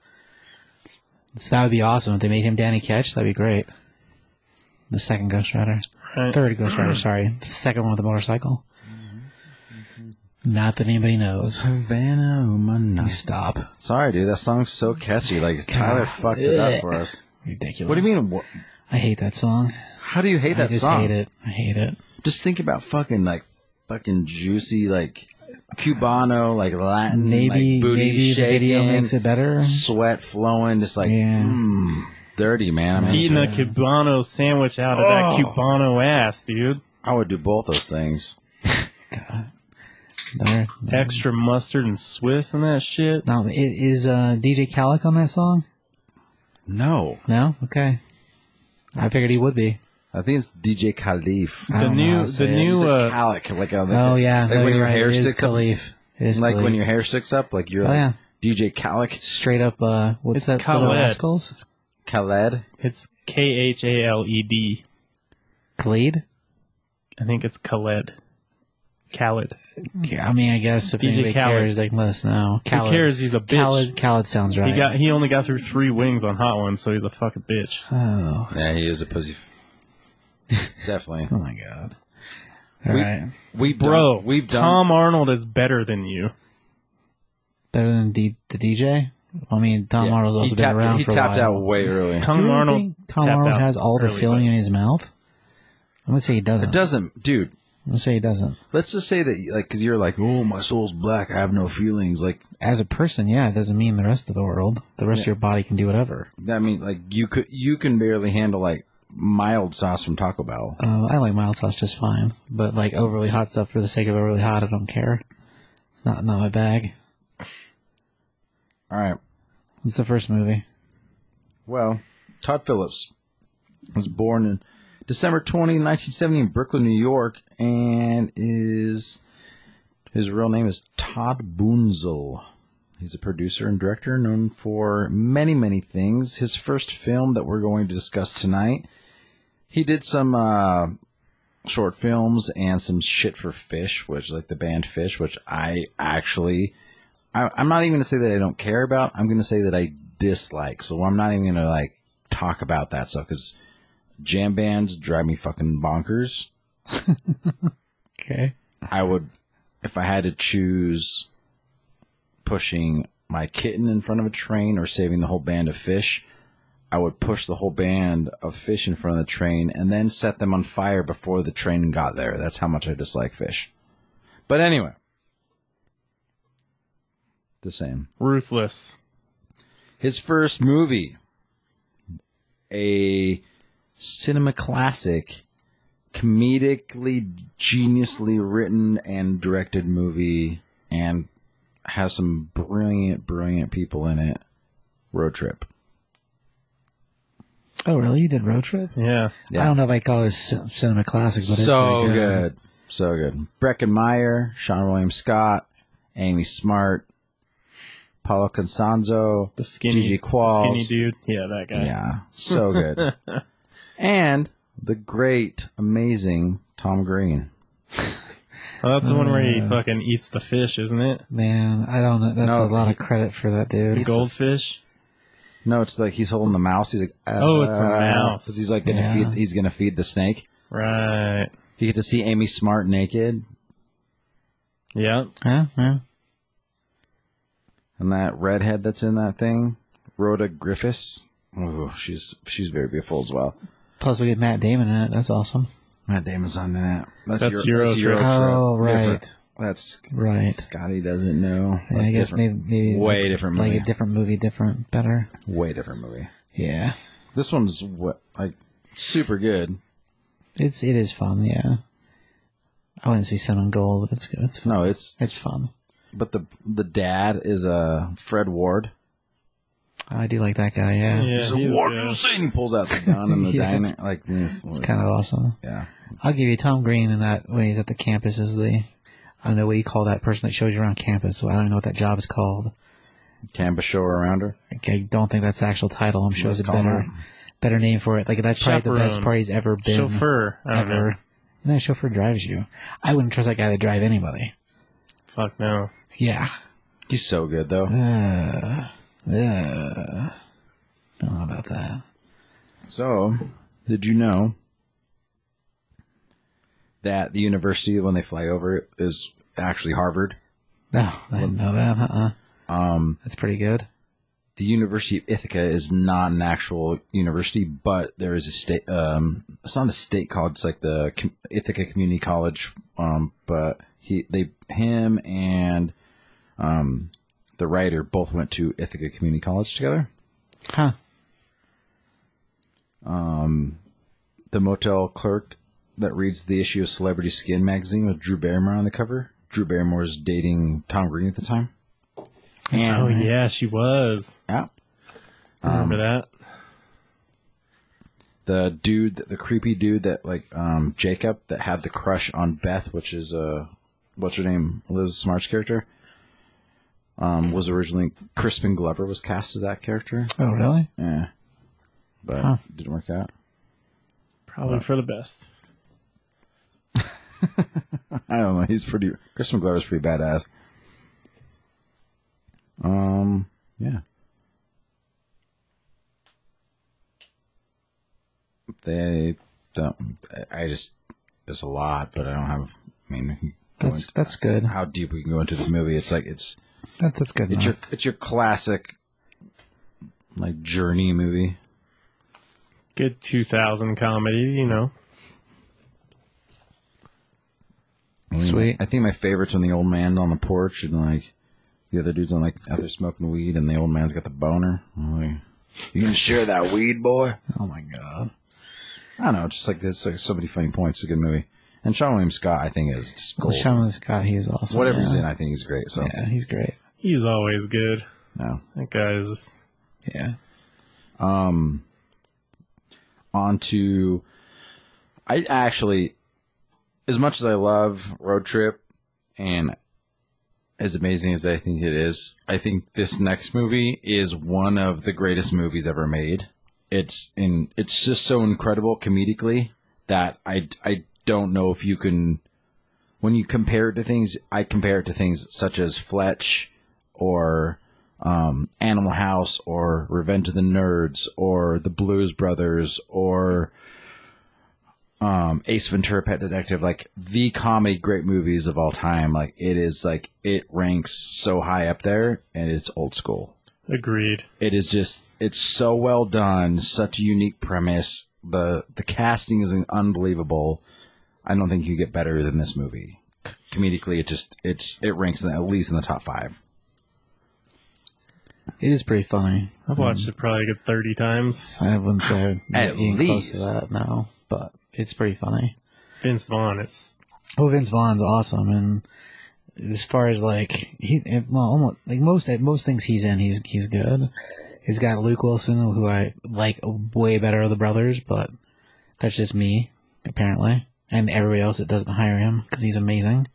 Speaker 2: So that would be awesome if they made him Danny Ketch. That'd be great. The second Ghost Rider.
Speaker 3: Right.
Speaker 2: third Ghost
Speaker 1: <clears throat>
Speaker 2: Rider, sorry. The second one with the motorcycle. Not that anybody knows.
Speaker 1: Havana, Humana.
Speaker 2: Stop.
Speaker 1: Sorry, dude. That song's so catchy. Like, Tyler fucked it up
Speaker 2: <laughs>
Speaker 1: for us.
Speaker 2: Ridiculous.
Speaker 1: What do you mean? wha-
Speaker 2: I hate that song.
Speaker 1: How do you hate that
Speaker 2: I just
Speaker 1: song?
Speaker 2: hate it. I hate it.
Speaker 1: just think about fucking like fucking juicy like Cubano like Latin
Speaker 2: Maybe
Speaker 1: like booty
Speaker 2: maybe the
Speaker 1: shaking,
Speaker 2: video makes it better.
Speaker 1: sweat flowing, just like
Speaker 2: Yeah.
Speaker 1: mm, dirty man. I mean,
Speaker 3: Eating a Cubano sandwich out of that
Speaker 1: Oh.
Speaker 3: Cubano ass, dude.
Speaker 1: I would do both those things.
Speaker 2: There.
Speaker 3: Extra
Speaker 1: Mm.
Speaker 3: mustard and Swiss and that shit.
Speaker 2: No, i- is uh, DJ Khaled on that song?
Speaker 1: No,
Speaker 2: No. Okay. I figured he would be.
Speaker 1: I think it's DJ Khalif.
Speaker 2: I
Speaker 3: The
Speaker 2: don't know how
Speaker 3: new,
Speaker 2: to say
Speaker 3: the
Speaker 2: it.
Speaker 1: He's
Speaker 3: new,
Speaker 1: a
Speaker 3: uh,
Speaker 1: calic, like a,
Speaker 2: Oh yeah,
Speaker 1: like
Speaker 2: no,
Speaker 1: when
Speaker 2: you're
Speaker 1: your
Speaker 2: right.
Speaker 1: hair
Speaker 2: It is
Speaker 1: sticks up.
Speaker 2: Khalif. It is
Speaker 1: Like
Speaker 2: believed.
Speaker 1: when your hair sticks up, like you're
Speaker 2: Oh,
Speaker 1: like
Speaker 2: yeah.
Speaker 1: DJ Khaled.
Speaker 2: straight up. Uh, what's
Speaker 3: It's
Speaker 2: that? Little
Speaker 3: Khaled.
Speaker 2: Rascals.
Speaker 1: Khaled.
Speaker 3: It's K H A L E D.
Speaker 2: Khalid.
Speaker 3: I think it's Khaled. Khaled.
Speaker 1: Mm.
Speaker 2: I mean, I guess if
Speaker 3: DJ
Speaker 2: anybody
Speaker 3: Khaled.
Speaker 2: cares, they can let us know. Khaled.
Speaker 3: Who cares? He's a bitch.
Speaker 2: Khaled. Khaled sounds right.
Speaker 3: He got he only got through three wings on Hot Ones, so he's a fucking bitch.
Speaker 2: oh.
Speaker 1: Yeah, he is a pussy. <laughs> Definitely.
Speaker 2: Oh my god. All
Speaker 1: We-
Speaker 2: right.
Speaker 1: We
Speaker 3: Bro,
Speaker 1: done, we've done.
Speaker 3: Tom Arnold is better than you.
Speaker 2: Better than D- the DJ. I mean, Tom
Speaker 1: Yeah,
Speaker 2: Arnold's also
Speaker 1: he
Speaker 2: been
Speaker 1: tapped,
Speaker 2: around
Speaker 1: he
Speaker 2: for a
Speaker 1: tapped
Speaker 2: while.
Speaker 1: out way early.
Speaker 3: Tom
Speaker 2: You don't
Speaker 3: Arnold.
Speaker 2: think Tom
Speaker 3: tapped
Speaker 2: Arnold
Speaker 3: out
Speaker 2: has all the
Speaker 3: early,
Speaker 2: feeling in his mouth. I'm gonna say he doesn't.
Speaker 1: It doesn't, dude.
Speaker 2: I'm gonna say he doesn't.
Speaker 1: Let's just say that, like, because you're like, oh, my soul's black. I have no feelings. Like,
Speaker 2: As a person, yeah, it doesn't mean the rest of the world. The rest of your body can do whatever.
Speaker 1: I mean, like, you could, you can barely handle like mild sauce from Taco Bell.
Speaker 2: Uh, I like mild sauce just fine, but like overly hot stuff for the sake of overly hot, I don't care. It's not not my bag.
Speaker 1: All right.
Speaker 2: It's the first movie.
Speaker 1: Well, Todd Phillips was born in December 20, 1970 in Brooklyn, New York, and is his real name is Todd Boonzel. He's a producer and director known for many, many things. His first film that we're going to discuss tonight, he did some uh, short films and some shit for Fish, which like the band Fish, which I actually I, I'm not even gonna say that I don't care about. I'm gonna say that I dislike. So I'm not even gonna like talk about that stuff because jam bands drive me fucking bonkers.
Speaker 2: Okay.
Speaker 1: I would, if I had to choose, pushing my kitten in front of a train or saving the whole band of fish. I would push the whole band of fish in front of the train and then set them on fire before the train got there. That's how much I dislike fish. But anyway, the same.
Speaker 3: Ruthless.
Speaker 1: his first movie, a cinema classic, comedically geniusly written and directed movie, and has some brilliant, brilliant people in it. Road Trip.
Speaker 2: Oh, really? You did Road Trip?
Speaker 3: Yeah.
Speaker 1: Yeah.
Speaker 2: I don't know if I call this cin- cinema classic, but it's uh,
Speaker 1: so
Speaker 2: very
Speaker 1: good. So good. Breckin Meyer, Sean William Scott, Amy Smart, Paulo Consanzo,
Speaker 3: The skinny
Speaker 1: DJ Qualls.
Speaker 3: skinny dude. Yeah, that guy.
Speaker 1: Yeah, so
Speaker 3: <laughs>
Speaker 1: good. and the great, amazing Tom Green.
Speaker 3: Well, that's the one where he
Speaker 1: Uh,
Speaker 3: fucking eats the fish, isn't it?
Speaker 2: Man, I don't know. That's
Speaker 1: No,
Speaker 2: a lot of credit for that
Speaker 3: The
Speaker 2: dude.
Speaker 3: goldfish.
Speaker 1: No, it's like he's holding the mouse. He's like,
Speaker 3: Oh, it's the
Speaker 1: "Ah,"
Speaker 3: mouse.
Speaker 1: 'cause he's like gonna
Speaker 2: Yeah.
Speaker 1: feed. He's gonna feed the snake.
Speaker 3: Right.
Speaker 1: You get to see Amy Smart naked,
Speaker 3: Yeah.
Speaker 2: Yeah, yeah.
Speaker 1: and that redhead that's in that thing, Rhoda Griffiths. Ooh, she's she's very beautiful as well.
Speaker 2: Plus, we get Matt Damon in it. That's awesome.
Speaker 1: Matt Damon's on that. That's,
Speaker 3: That's Euro Trip.
Speaker 2: Oh, right.
Speaker 1: Different. That's
Speaker 2: Right.
Speaker 1: Scotty doesn't know.
Speaker 2: Yeah, I
Speaker 1: That's
Speaker 2: guess
Speaker 1: different.
Speaker 2: maybe, maybe
Speaker 1: way different
Speaker 2: like
Speaker 1: movie.
Speaker 2: a different movie, different, better.
Speaker 1: way different movie.
Speaker 2: Yeah,
Speaker 1: This one's what like super good.
Speaker 2: it's it is fun. Yeah, I wouldn't see Sun and Gold, but it's good. It's fun.
Speaker 1: No, it's
Speaker 2: It's fun.
Speaker 1: but the the dad is uh, Fred Ward.
Speaker 2: Oh, I do like that guy. Yeah,
Speaker 3: Yeah,
Speaker 1: He's
Speaker 3: he's
Speaker 1: a Ward
Speaker 3: good.
Speaker 1: Singh pulls out the gun in the
Speaker 2: Yeah,
Speaker 1: diner like this.
Speaker 2: it's kind of awesome.
Speaker 1: yeah.
Speaker 2: I'll give you Tom Green in that when he's at the campus is the. I don't know what you call that person that shows you around campus. So I don't even know what that job is called.
Speaker 1: Canvas show around her.
Speaker 2: Like, I don't think that's the actual title. I'm sure
Speaker 1: Let's
Speaker 2: there's a
Speaker 1: call him
Speaker 2: better better name for it. Like that's probably the best
Speaker 3: Chaperone.
Speaker 2: part he's ever been.
Speaker 3: Chauffeur. I don't know.
Speaker 2: Ever. No, chauffeur drives you. I wouldn't trust that guy to drive anybody.
Speaker 3: Fuck no.
Speaker 2: Yeah.
Speaker 1: He's so good though.
Speaker 2: Uh, uh, don't know about that.
Speaker 1: So, did you know that the university when they fly over it is actually Harvard?
Speaker 2: No, I didn't know that. Uh-uh.
Speaker 1: Um,
Speaker 2: That's pretty good.
Speaker 1: the University of Ithaca is not an actual university, but there is a state. Um, it's not a state college. It's like the Com- Ithaca Community College. Um, but he, they, him, and um, the writer both went to Ithaca Community College together.
Speaker 2: Huh.
Speaker 1: The motel clerk that reads the issue of Celebrity Skin magazine with Drew Barrymore on the cover. Drew Barrymore is dating Tom Green at the time. And-
Speaker 3: Oh yeah, she was. Um,
Speaker 1: yeah.
Speaker 3: Remember that?
Speaker 1: the dude, the creepy dude that like um, Jacob that had the crush on Beth, which is uh, what's her name, Liz Smart's character. um, was originally Crispin Glover was cast as that character.
Speaker 2: Oh, really?
Speaker 1: Yeah, but
Speaker 2: Huh.
Speaker 1: didn't work out.
Speaker 3: Probably for the best.
Speaker 1: I don't know. <laughs> He's pretty. Crispin Glover's pretty badass. Um. Yeah. They don't. I just. There's a lot, but I don't have. I mean, we can go
Speaker 2: That's
Speaker 1: into
Speaker 2: that's good.
Speaker 1: how deep we can go into this movie. It's like it's
Speaker 2: That, that's good.
Speaker 1: it's
Speaker 2: enough.
Speaker 1: your it's your classic like journey movie.
Speaker 3: Good 2000 comedy, you know.
Speaker 1: I mean,
Speaker 2: Sweet.
Speaker 1: I think my favorite's when the old man's on the porch and like the other dude's on like out there smoking weed and the old man's got the boner. I'm like, you gonna share that weed, boy?
Speaker 2: oh my god.
Speaker 1: I don't know. It's just like there's like so many funny points. It's a good movie. And Sean William Scott, I think, is just gold.
Speaker 2: Shaman Scott, he's awesome.
Speaker 1: Whatever
Speaker 2: yeah.
Speaker 1: he's in, I think he's great. So
Speaker 2: Yeah, he's great.
Speaker 3: He's always good.
Speaker 1: no.
Speaker 3: That guy's
Speaker 2: Yeah.
Speaker 1: um onto I actually as much as I love Road Trip and as amazing as I think it is, I think this next movie is one of the greatest movies ever made. It's in it's just so incredible comedically that I I don't know if you can when you compare it to things I compare it to things such as Fletch or um, Animal House or Revenge of the Nerds or The Blues Brothers or um, Ace Ventura: Pet Detective, like the comedy great movies of all time. Like it is like it ranks so high up there, and it's old school
Speaker 3: agreed.
Speaker 1: it is just it's so well done such a unique premise the the casting is unbelievable i don't think you get better than this movie C- comedically it just it's it ranks in, at least in the top five
Speaker 2: It is pretty funny.
Speaker 3: I've watched it probably a good 30 times.
Speaker 2: I wouldn't say
Speaker 1: At
Speaker 2: even close to
Speaker 1: least.
Speaker 2: that now, but it's pretty funny.
Speaker 3: Vince Vaughn is
Speaker 2: Well, Vince Vaughn's awesome, and as far as like he, eh, well, almost like most eh, most things he's in, he's he's good. He's got Luke Wilson, who I like way better of the brothers, but that's just me apparently, and everybody else that doesn't hire him because he's amazing.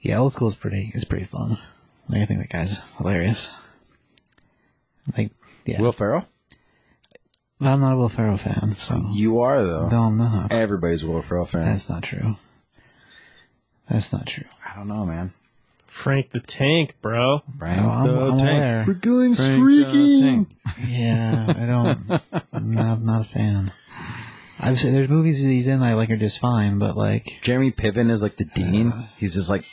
Speaker 2: Yeah, old school's pretty. It's pretty fun. Like, I think that guy's hilarious. Like, yeah,
Speaker 1: will ferrell
Speaker 2: But I'm not a Will Ferrell fan, so
Speaker 1: you are though
Speaker 2: no, I'm not.
Speaker 1: everybody's will ferrell fan
Speaker 2: That's not true. That's not true.
Speaker 1: i don't know man
Speaker 3: Frank the Tank, bro.
Speaker 2: No,
Speaker 1: Brian?
Speaker 2: Oh, I'm,
Speaker 3: the
Speaker 2: I'm
Speaker 3: tank.
Speaker 2: aware.
Speaker 1: we're going
Speaker 3: Oh, Frank, uh,
Speaker 1: streaking
Speaker 3: Tank.
Speaker 2: Yeah, I don't. I'm not, not a fan. I've said there's movies that he's in that I like are just fine, but like,
Speaker 1: jeremy piven is like the dean he's just like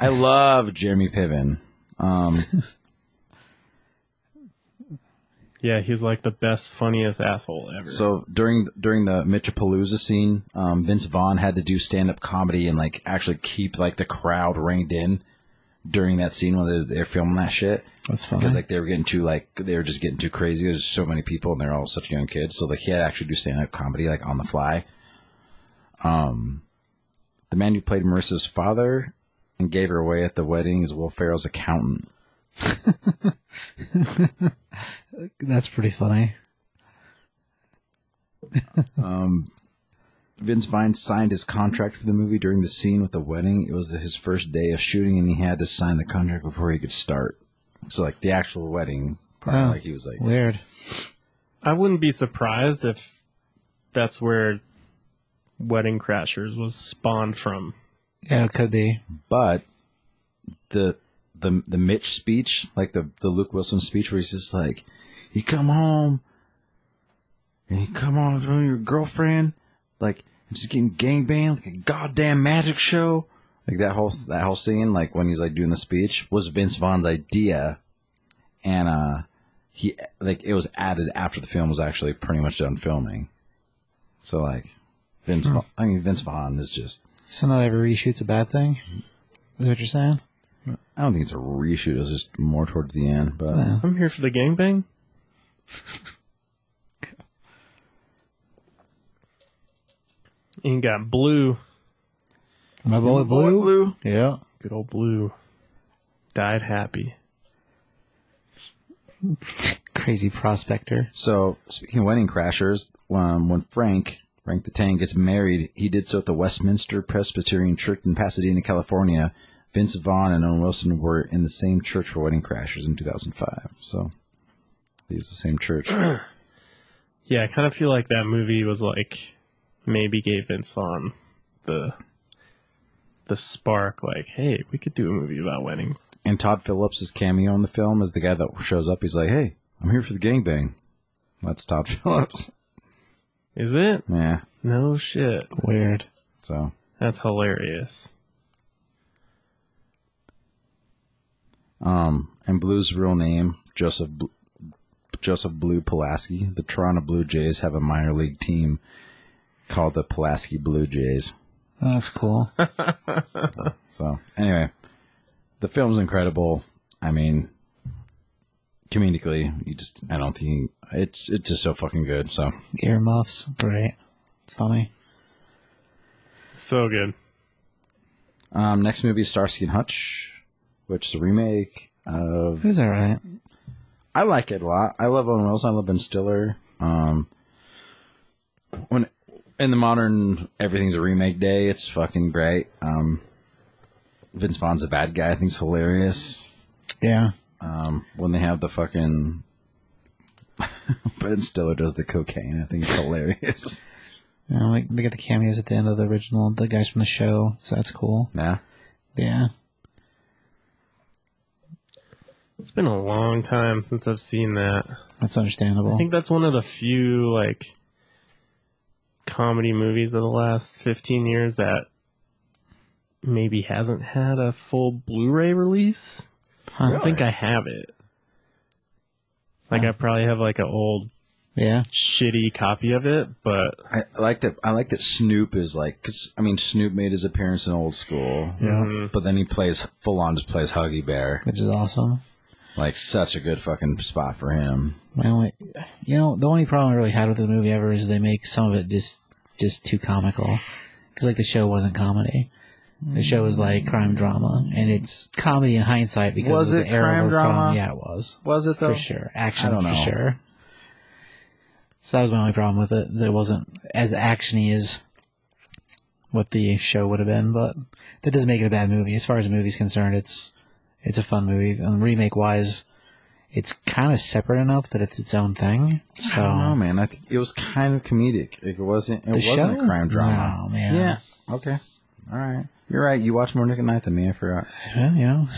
Speaker 1: i love jeremy piven
Speaker 3: <laughs>
Speaker 1: um
Speaker 3: Yeah, he's like the best, funniest asshole ever.
Speaker 1: So during during the Mitchapalooza scene, um, Vince Vaughn had to do stand up comedy and like actually keep like the crowd reined in during that scene when they're, they're filming that shit
Speaker 2: that's fine.
Speaker 1: because like they were getting too like they were just getting too crazy. There's so many people and they're all such young kids, so like he had to actually do stand up comedy like on the fly. Um, the man who played Marissa's father and gave her away at the wedding is Will Ferrell's accountant.
Speaker 2: that's pretty funny.
Speaker 1: Um, Vince Vine signed his contract for the movie during the scene with the wedding. It was his first day of shooting, and he had to sign the contract before he could start. So, like the actual wedding, part,
Speaker 2: Oh.
Speaker 1: like he was like,
Speaker 2: Weird.
Speaker 3: I wouldn't be surprised if that's where Wedding Crashers was spawned from.
Speaker 2: Yeah, it could be.
Speaker 1: but the the the Mitch speech, like the the Luke Wilson speech, where he's just like, "You come home, and you come home to your girlfriend, like and she's getting gangbanged like a goddamn magic show." Like that whole that whole scene, like when he's like doing the speech, was Vince Vaughn's idea, and uh, he like it was added after the film was actually pretty much done filming. So like, Vince, Va- I mean Vince Vaughn is just
Speaker 2: So not every reshoot's a bad thing. Is what you're saying?
Speaker 1: I don't think it's a reshoot. It's just more towards the end. But
Speaker 2: Yeah.
Speaker 3: I'm here for the gangbang. <laughs> and you got Blue.
Speaker 2: My bullet blue. Yeah.
Speaker 3: Good old Blue. Died happy.
Speaker 2: Crazy prospector.
Speaker 1: so speaking of wedding crashers, um, when Frank Frank the Tank gets married, he did so at the Westminster Presbyterian Church in Pasadena, California. Vince Vaughn and Owen Wilson were in the same church for Wedding Crashers in 2005. So they used the same church.
Speaker 3: Yeah, I kind of feel like that movie was like maybe gave Vince Vaughn the the spark, like, hey, we could do a movie about weddings.
Speaker 1: And Todd Phillips' cameo in the film is the guy that shows up. He's like, hey, I'm here for the gangbang. That's Todd <laughs> Phillips.
Speaker 3: Is it?
Speaker 1: Yeah.
Speaker 3: No shit.
Speaker 2: Weird.
Speaker 1: So
Speaker 3: That's hilarious.
Speaker 1: Um, and Blue's real name, Joseph Bl- Joseph Blue Pulaski. The Toronto Blue Jays have a minor league team called the Pulaski Blue Jays.
Speaker 2: That's
Speaker 3: <laughs>
Speaker 2: cool.
Speaker 1: So anyway, the film's incredible. I mean, comedically, you just I don't think it's it's just so fucking good. So
Speaker 2: Earmuffs. Great. It's funny.
Speaker 3: So good.
Speaker 1: um, next movie is Starsky and Hutch, which is a remake of
Speaker 2: It was alright.
Speaker 1: I like it a lot. I love Owen Wilson. I love Ben Stiller. Um, when in the modern everything's a remake day, it's fucking great. Um, Vince Vaughn's a bad guy. I think it's hilarious.
Speaker 2: Yeah.
Speaker 1: Um, when they have the fucking <laughs> Ben Stiller does the cocaine, I think it's hilarious. <laughs>
Speaker 2: You know, like, they got the cameos at the end of the original, the guys from the show, so that's cool.
Speaker 1: yeah,
Speaker 2: Yeah.
Speaker 3: It's been a long time since I've seen that.
Speaker 2: That's
Speaker 3: I
Speaker 2: understandable.
Speaker 3: think that's one of the few like comedy movies of the last 15 years that maybe hasn't had a full Blu-ray release. I
Speaker 2: Huh.
Speaker 3: don't think I have it. Like I probably have like an old
Speaker 2: Yeah.
Speaker 3: shitty copy of it, but
Speaker 1: I, I like that. I like that Snoop is like, cause I mean, Snoop made his appearance in Old School,
Speaker 3: Mhm.
Speaker 1: but then he plays full on, just plays Huggy Bear.
Speaker 2: Which is awesome.
Speaker 1: Like such a good fucking spot for him.
Speaker 2: My only, you know, the only problem I really had with the movie ever is they make some of it just, just too comical. Because like the show wasn't comedy. The show was like crime drama, and it's comedy in hindsight because
Speaker 1: Was
Speaker 2: of
Speaker 1: it
Speaker 2: the era
Speaker 1: crime
Speaker 2: we're
Speaker 1: drama?
Speaker 2: From. Yeah, it was
Speaker 1: Was it
Speaker 2: for sure. Action
Speaker 1: I don't
Speaker 2: for
Speaker 1: know.
Speaker 2: sure. So that was my only problem with it. There wasn't as actiony as what the show would have been, but that doesn't make it a bad movie. As far as the movie's concerned, it's it's a fun movie. And remake wise, it's kind of separate enough that it's its own thing. So
Speaker 1: I don't know, man. I think it was kind of comedic. Like, it wasn't. It
Speaker 2: the
Speaker 1: wasn't
Speaker 2: show,
Speaker 1: a crime drama.
Speaker 2: Oh man,
Speaker 1: Yeah. Okay. All right. You're right. You watch more Nick at Night than me. I forgot.
Speaker 2: Well, you know,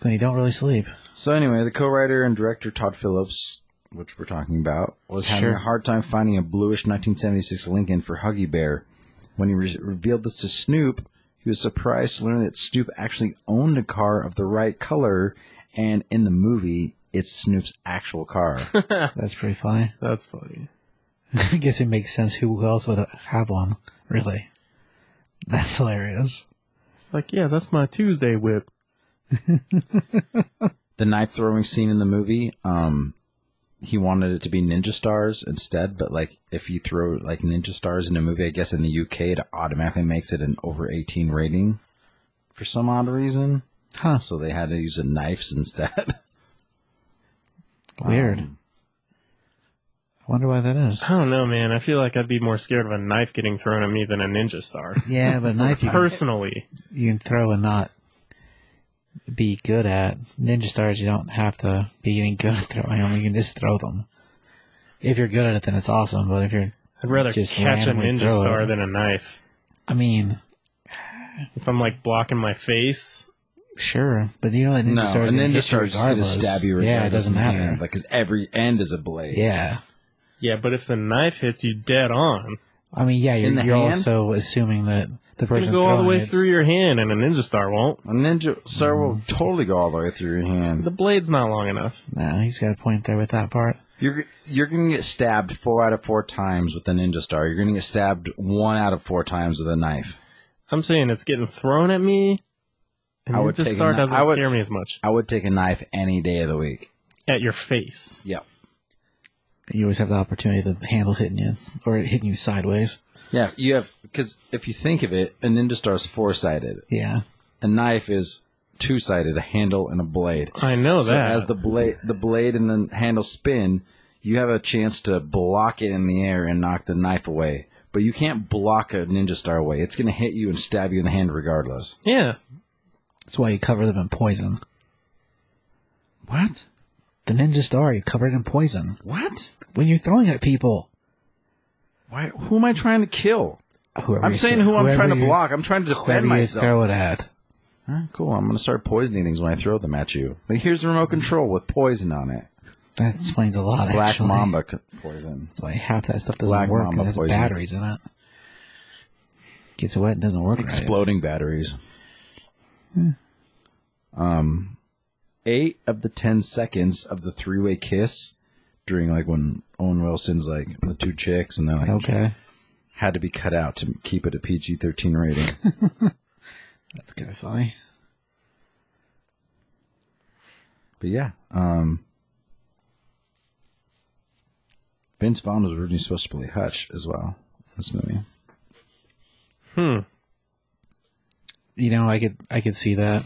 Speaker 2: when you don't
Speaker 1: <laughs>
Speaker 2: really sleep.
Speaker 1: So anyway, the co-writer and director Todd Phillips, which we're talking about, was having
Speaker 2: Sure.
Speaker 1: a hard time finding a bluish 1976 Lincoln for Huggy Bear. When he re- revealed this to Snoop, he was surprised to learn that Snoop actually owned a car of the right color, and in the movie, it's Snoop's actual car.
Speaker 2: That's pretty funny. <laughs>
Speaker 3: that's funny.
Speaker 2: I guess it makes sense. Who else would have one? Really, that's hilarious.
Speaker 3: It's like, yeah, that's my Tuesday whip.
Speaker 1: the knife throwing scene in the movie, um, he wanted it to be ninja stars instead. But like, if you throw like ninja stars in a movie, I guess in the UK, it automatically makes it an over eighteen rating for some odd reason.
Speaker 2: Huh.
Speaker 1: So they had to use the knives instead.
Speaker 2: Weird.
Speaker 1: Um,
Speaker 2: I wonder why that is.
Speaker 3: I don't know, man. I feel like I'd be more scared of a knife getting thrown at me than a
Speaker 2: <laughs>
Speaker 3: ninja star.
Speaker 2: Yeah, but a knife you can,
Speaker 3: Personally,
Speaker 2: you can throw and not be good at. Ninja stars, you don't have to be getting good at throwing them. You can just throw them. If you're good at it, then it's awesome. But if you're,
Speaker 3: I'd rather
Speaker 2: Just
Speaker 3: catch a
Speaker 2: randomly
Speaker 3: ninja
Speaker 2: throw it.
Speaker 3: star than a knife.
Speaker 2: I mean,
Speaker 3: If I'm like blocking my face,
Speaker 2: sure, but you know that <laughs> ninja
Speaker 1: no,
Speaker 2: stars
Speaker 1: and
Speaker 2: gonna
Speaker 1: ninja
Speaker 2: hit you
Speaker 1: stars just gonna
Speaker 2: regardless.
Speaker 1: stab you.
Speaker 2: Yeah, it
Speaker 1: regardless
Speaker 2: doesn't
Speaker 1: in the
Speaker 2: matter.
Speaker 1: hand, Like, cause every end is a blade.
Speaker 2: yeah,
Speaker 3: Yeah, but if the knife hits you dead on,
Speaker 2: I mean, yeah,
Speaker 1: In
Speaker 2: you're,
Speaker 1: the
Speaker 2: you're
Speaker 1: hand?
Speaker 2: also assuming that the
Speaker 3: it's
Speaker 2: person
Speaker 3: gonna go all the
Speaker 2: throwing
Speaker 3: way
Speaker 2: it's-
Speaker 3: through your hand, and a ninja star won't.
Speaker 1: A ninja star will
Speaker 2: Mm-hmm.
Speaker 1: totally go all the way through your hand.
Speaker 3: The blade's not long enough.
Speaker 2: Nah, he's got a point there with that part.
Speaker 1: You're you're gonna get stabbed four out of four times with a ninja star. You're gonna get stabbed one out of four times with a knife.
Speaker 3: I'm saying it's getting thrown at me. And
Speaker 1: I would
Speaker 3: ninja
Speaker 1: take a
Speaker 3: star
Speaker 1: kni-
Speaker 3: doesn't
Speaker 1: I would-
Speaker 3: scare me as much.
Speaker 1: I would take a knife any day of the week.
Speaker 3: At your face.
Speaker 1: Yeah.
Speaker 2: You always have the opportunity to handle hitting you or hitting you sideways.
Speaker 1: Yeah, you have because if you think of it, a ninja star is four sided.
Speaker 2: Yeah,
Speaker 1: A knife is two sided, a handle and a blade.
Speaker 3: I know
Speaker 1: so
Speaker 3: that.
Speaker 1: as the blade the blade and the handle spin, you have a chance to block it in the air and knock the knife away. But you can't block a ninja star away. It's gonna hit you and stab you in the hand regardless.
Speaker 3: yeah.
Speaker 2: That's why you cover them in poison.
Speaker 1: What?
Speaker 2: The ninja star you covered in poison
Speaker 1: What?
Speaker 2: when you're throwing it at people.
Speaker 1: Why? Who am I trying to kill?
Speaker 2: Whoever
Speaker 1: I'm
Speaker 2: you
Speaker 1: saying
Speaker 2: throw-
Speaker 1: who I'm
Speaker 2: whoever
Speaker 1: trying to
Speaker 2: you-
Speaker 1: block. I'm trying to defend
Speaker 2: Whoever you
Speaker 1: myself.
Speaker 2: throw it at.
Speaker 1: All right, cool. I'm gonna start poisoning things when I throw them at you. Like here's the remote control with poison on it.
Speaker 2: That explains a lot.
Speaker 1: Black
Speaker 2: actually.
Speaker 1: Mamba c- poison.
Speaker 2: That's why half that stuff doesn't
Speaker 1: Black
Speaker 2: work.
Speaker 1: Mamba
Speaker 2: It has
Speaker 1: poison.
Speaker 2: batteries in it. Gets wet and doesn't work. Right.
Speaker 1: Exploding batteries. Um, eight of the ten seconds of the three-way kiss during like when Owen Wilson's like the two chicks and they're like
Speaker 2: Okay,
Speaker 1: had to be cut out to keep it a PG-13 rating.
Speaker 2: that's kind of funny.
Speaker 1: But yeah, um, Vince Vaughn was originally supposed to play Hutch as well. in This movie.
Speaker 3: Hmm.
Speaker 2: You know, I could I could see that.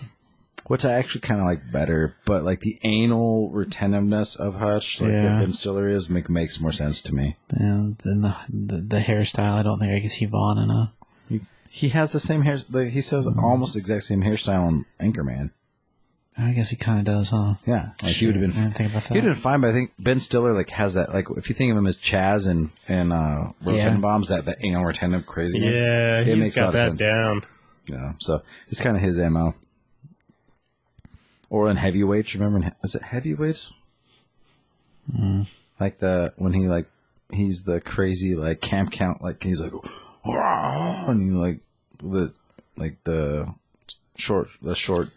Speaker 1: which I actually kind of like better. But like the anal retentiveness of Hutch, like
Speaker 2: Yeah.
Speaker 1: that Ben Stiller is, make, makes more sense to me.
Speaker 2: And then the, the the hairstyle, I don't think I could see Vaughn in a.
Speaker 1: He has the same hair. Like, he says
Speaker 3: Mm-hmm.
Speaker 1: almost the exact same hairstyle in Anchorman.
Speaker 2: I guess he kind of does, huh?
Speaker 1: Yeah, like he would have
Speaker 2: Shit, I
Speaker 1: been.
Speaker 2: didn't think about that.
Speaker 1: He would have been fine, but I think Ben Stiller like has that like if you think of him as Chaz and and uh, Rosenbaum's that that anal retentive craziness.
Speaker 3: Yeah,
Speaker 1: it
Speaker 3: he's
Speaker 1: makes a
Speaker 3: got
Speaker 1: lot of
Speaker 3: that
Speaker 1: sense.
Speaker 3: down.
Speaker 1: You know, so it's kind of his mo. Or in heavyweights, remember? in he- Was it heavyweights? Like the when he like he's the crazy like camp count like he's like "Rah!" and he like the like the short the short.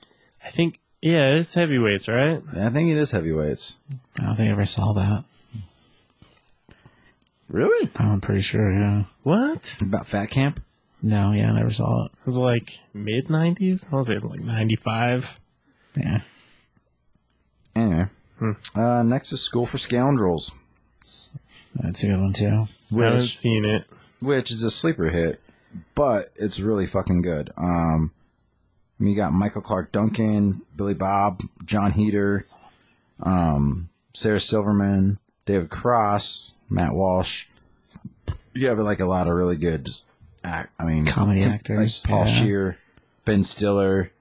Speaker 3: I think yeah, it's heavyweights, right?
Speaker 1: I think it is heavyweights.
Speaker 2: I don't think I ever saw that.
Speaker 1: Really?
Speaker 2: I'm pretty sure. Yeah.
Speaker 3: What? It
Speaker 1: About fat camp?
Speaker 2: No, yeah, I never saw it.
Speaker 3: was like mid nineties. I was it like ninety five?
Speaker 2: Yeah.
Speaker 1: Anyway, uh, next is School for Scoundrels,
Speaker 2: That's a good one too.
Speaker 3: I haven't
Speaker 1: which
Speaker 3: seen it.
Speaker 1: which is a sleeper hit, but it's really fucking good. Um, I mean, you got Michael Clark Duncan, Billy Bob, John Heater, um, Sarah Silverman, David Cross, Matt Walsh. You have like a lot of really good act. I mean,
Speaker 2: Comedy
Speaker 1: like
Speaker 2: actors,
Speaker 1: Paul
Speaker 2: yeah.
Speaker 1: Shear, Ben Stiller,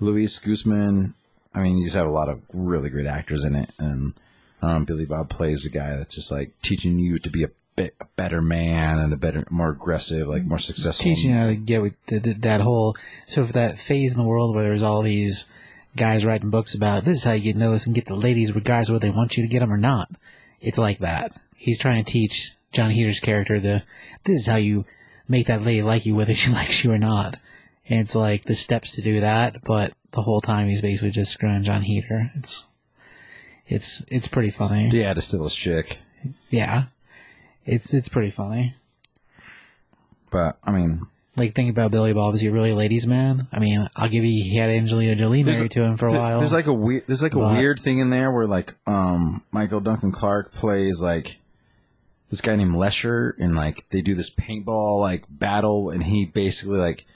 Speaker 1: Luis Guzman. I mean, you just have a lot of really great actors in it, and um, Billy Bob plays a guy that's just like teaching you to be a, bit, a better man and a better, more aggressive, like more successful.
Speaker 2: teaching you how to get with th- th- that whole so for that phase in the world where there's all these guys writing books about this is how you get noticed and get the ladies regardless of whether they want you to get them or not it's like that he's trying to teach john heater's character the this is how you make that lady like you whether <laughs> she likes you or not and it's like the steps to do that but the whole time he's basically just screwing john heater it's it's it's pretty funny
Speaker 1: Yeah, to steal his chick.
Speaker 2: yeah it's it's pretty funny
Speaker 1: But I mean,
Speaker 2: like think about Billy Bob. Is he really a ladies' man? I mean, I'll give you he had Angelina Jolie
Speaker 1: There's
Speaker 2: married
Speaker 1: a-
Speaker 2: to him for a
Speaker 1: Th-
Speaker 2: while.
Speaker 1: There's like a weird there's like a
Speaker 2: But-
Speaker 1: weird thing in there where like um Michael Duncan Clark plays like this guy named Lesher and like they do this paintball like battle and he basically like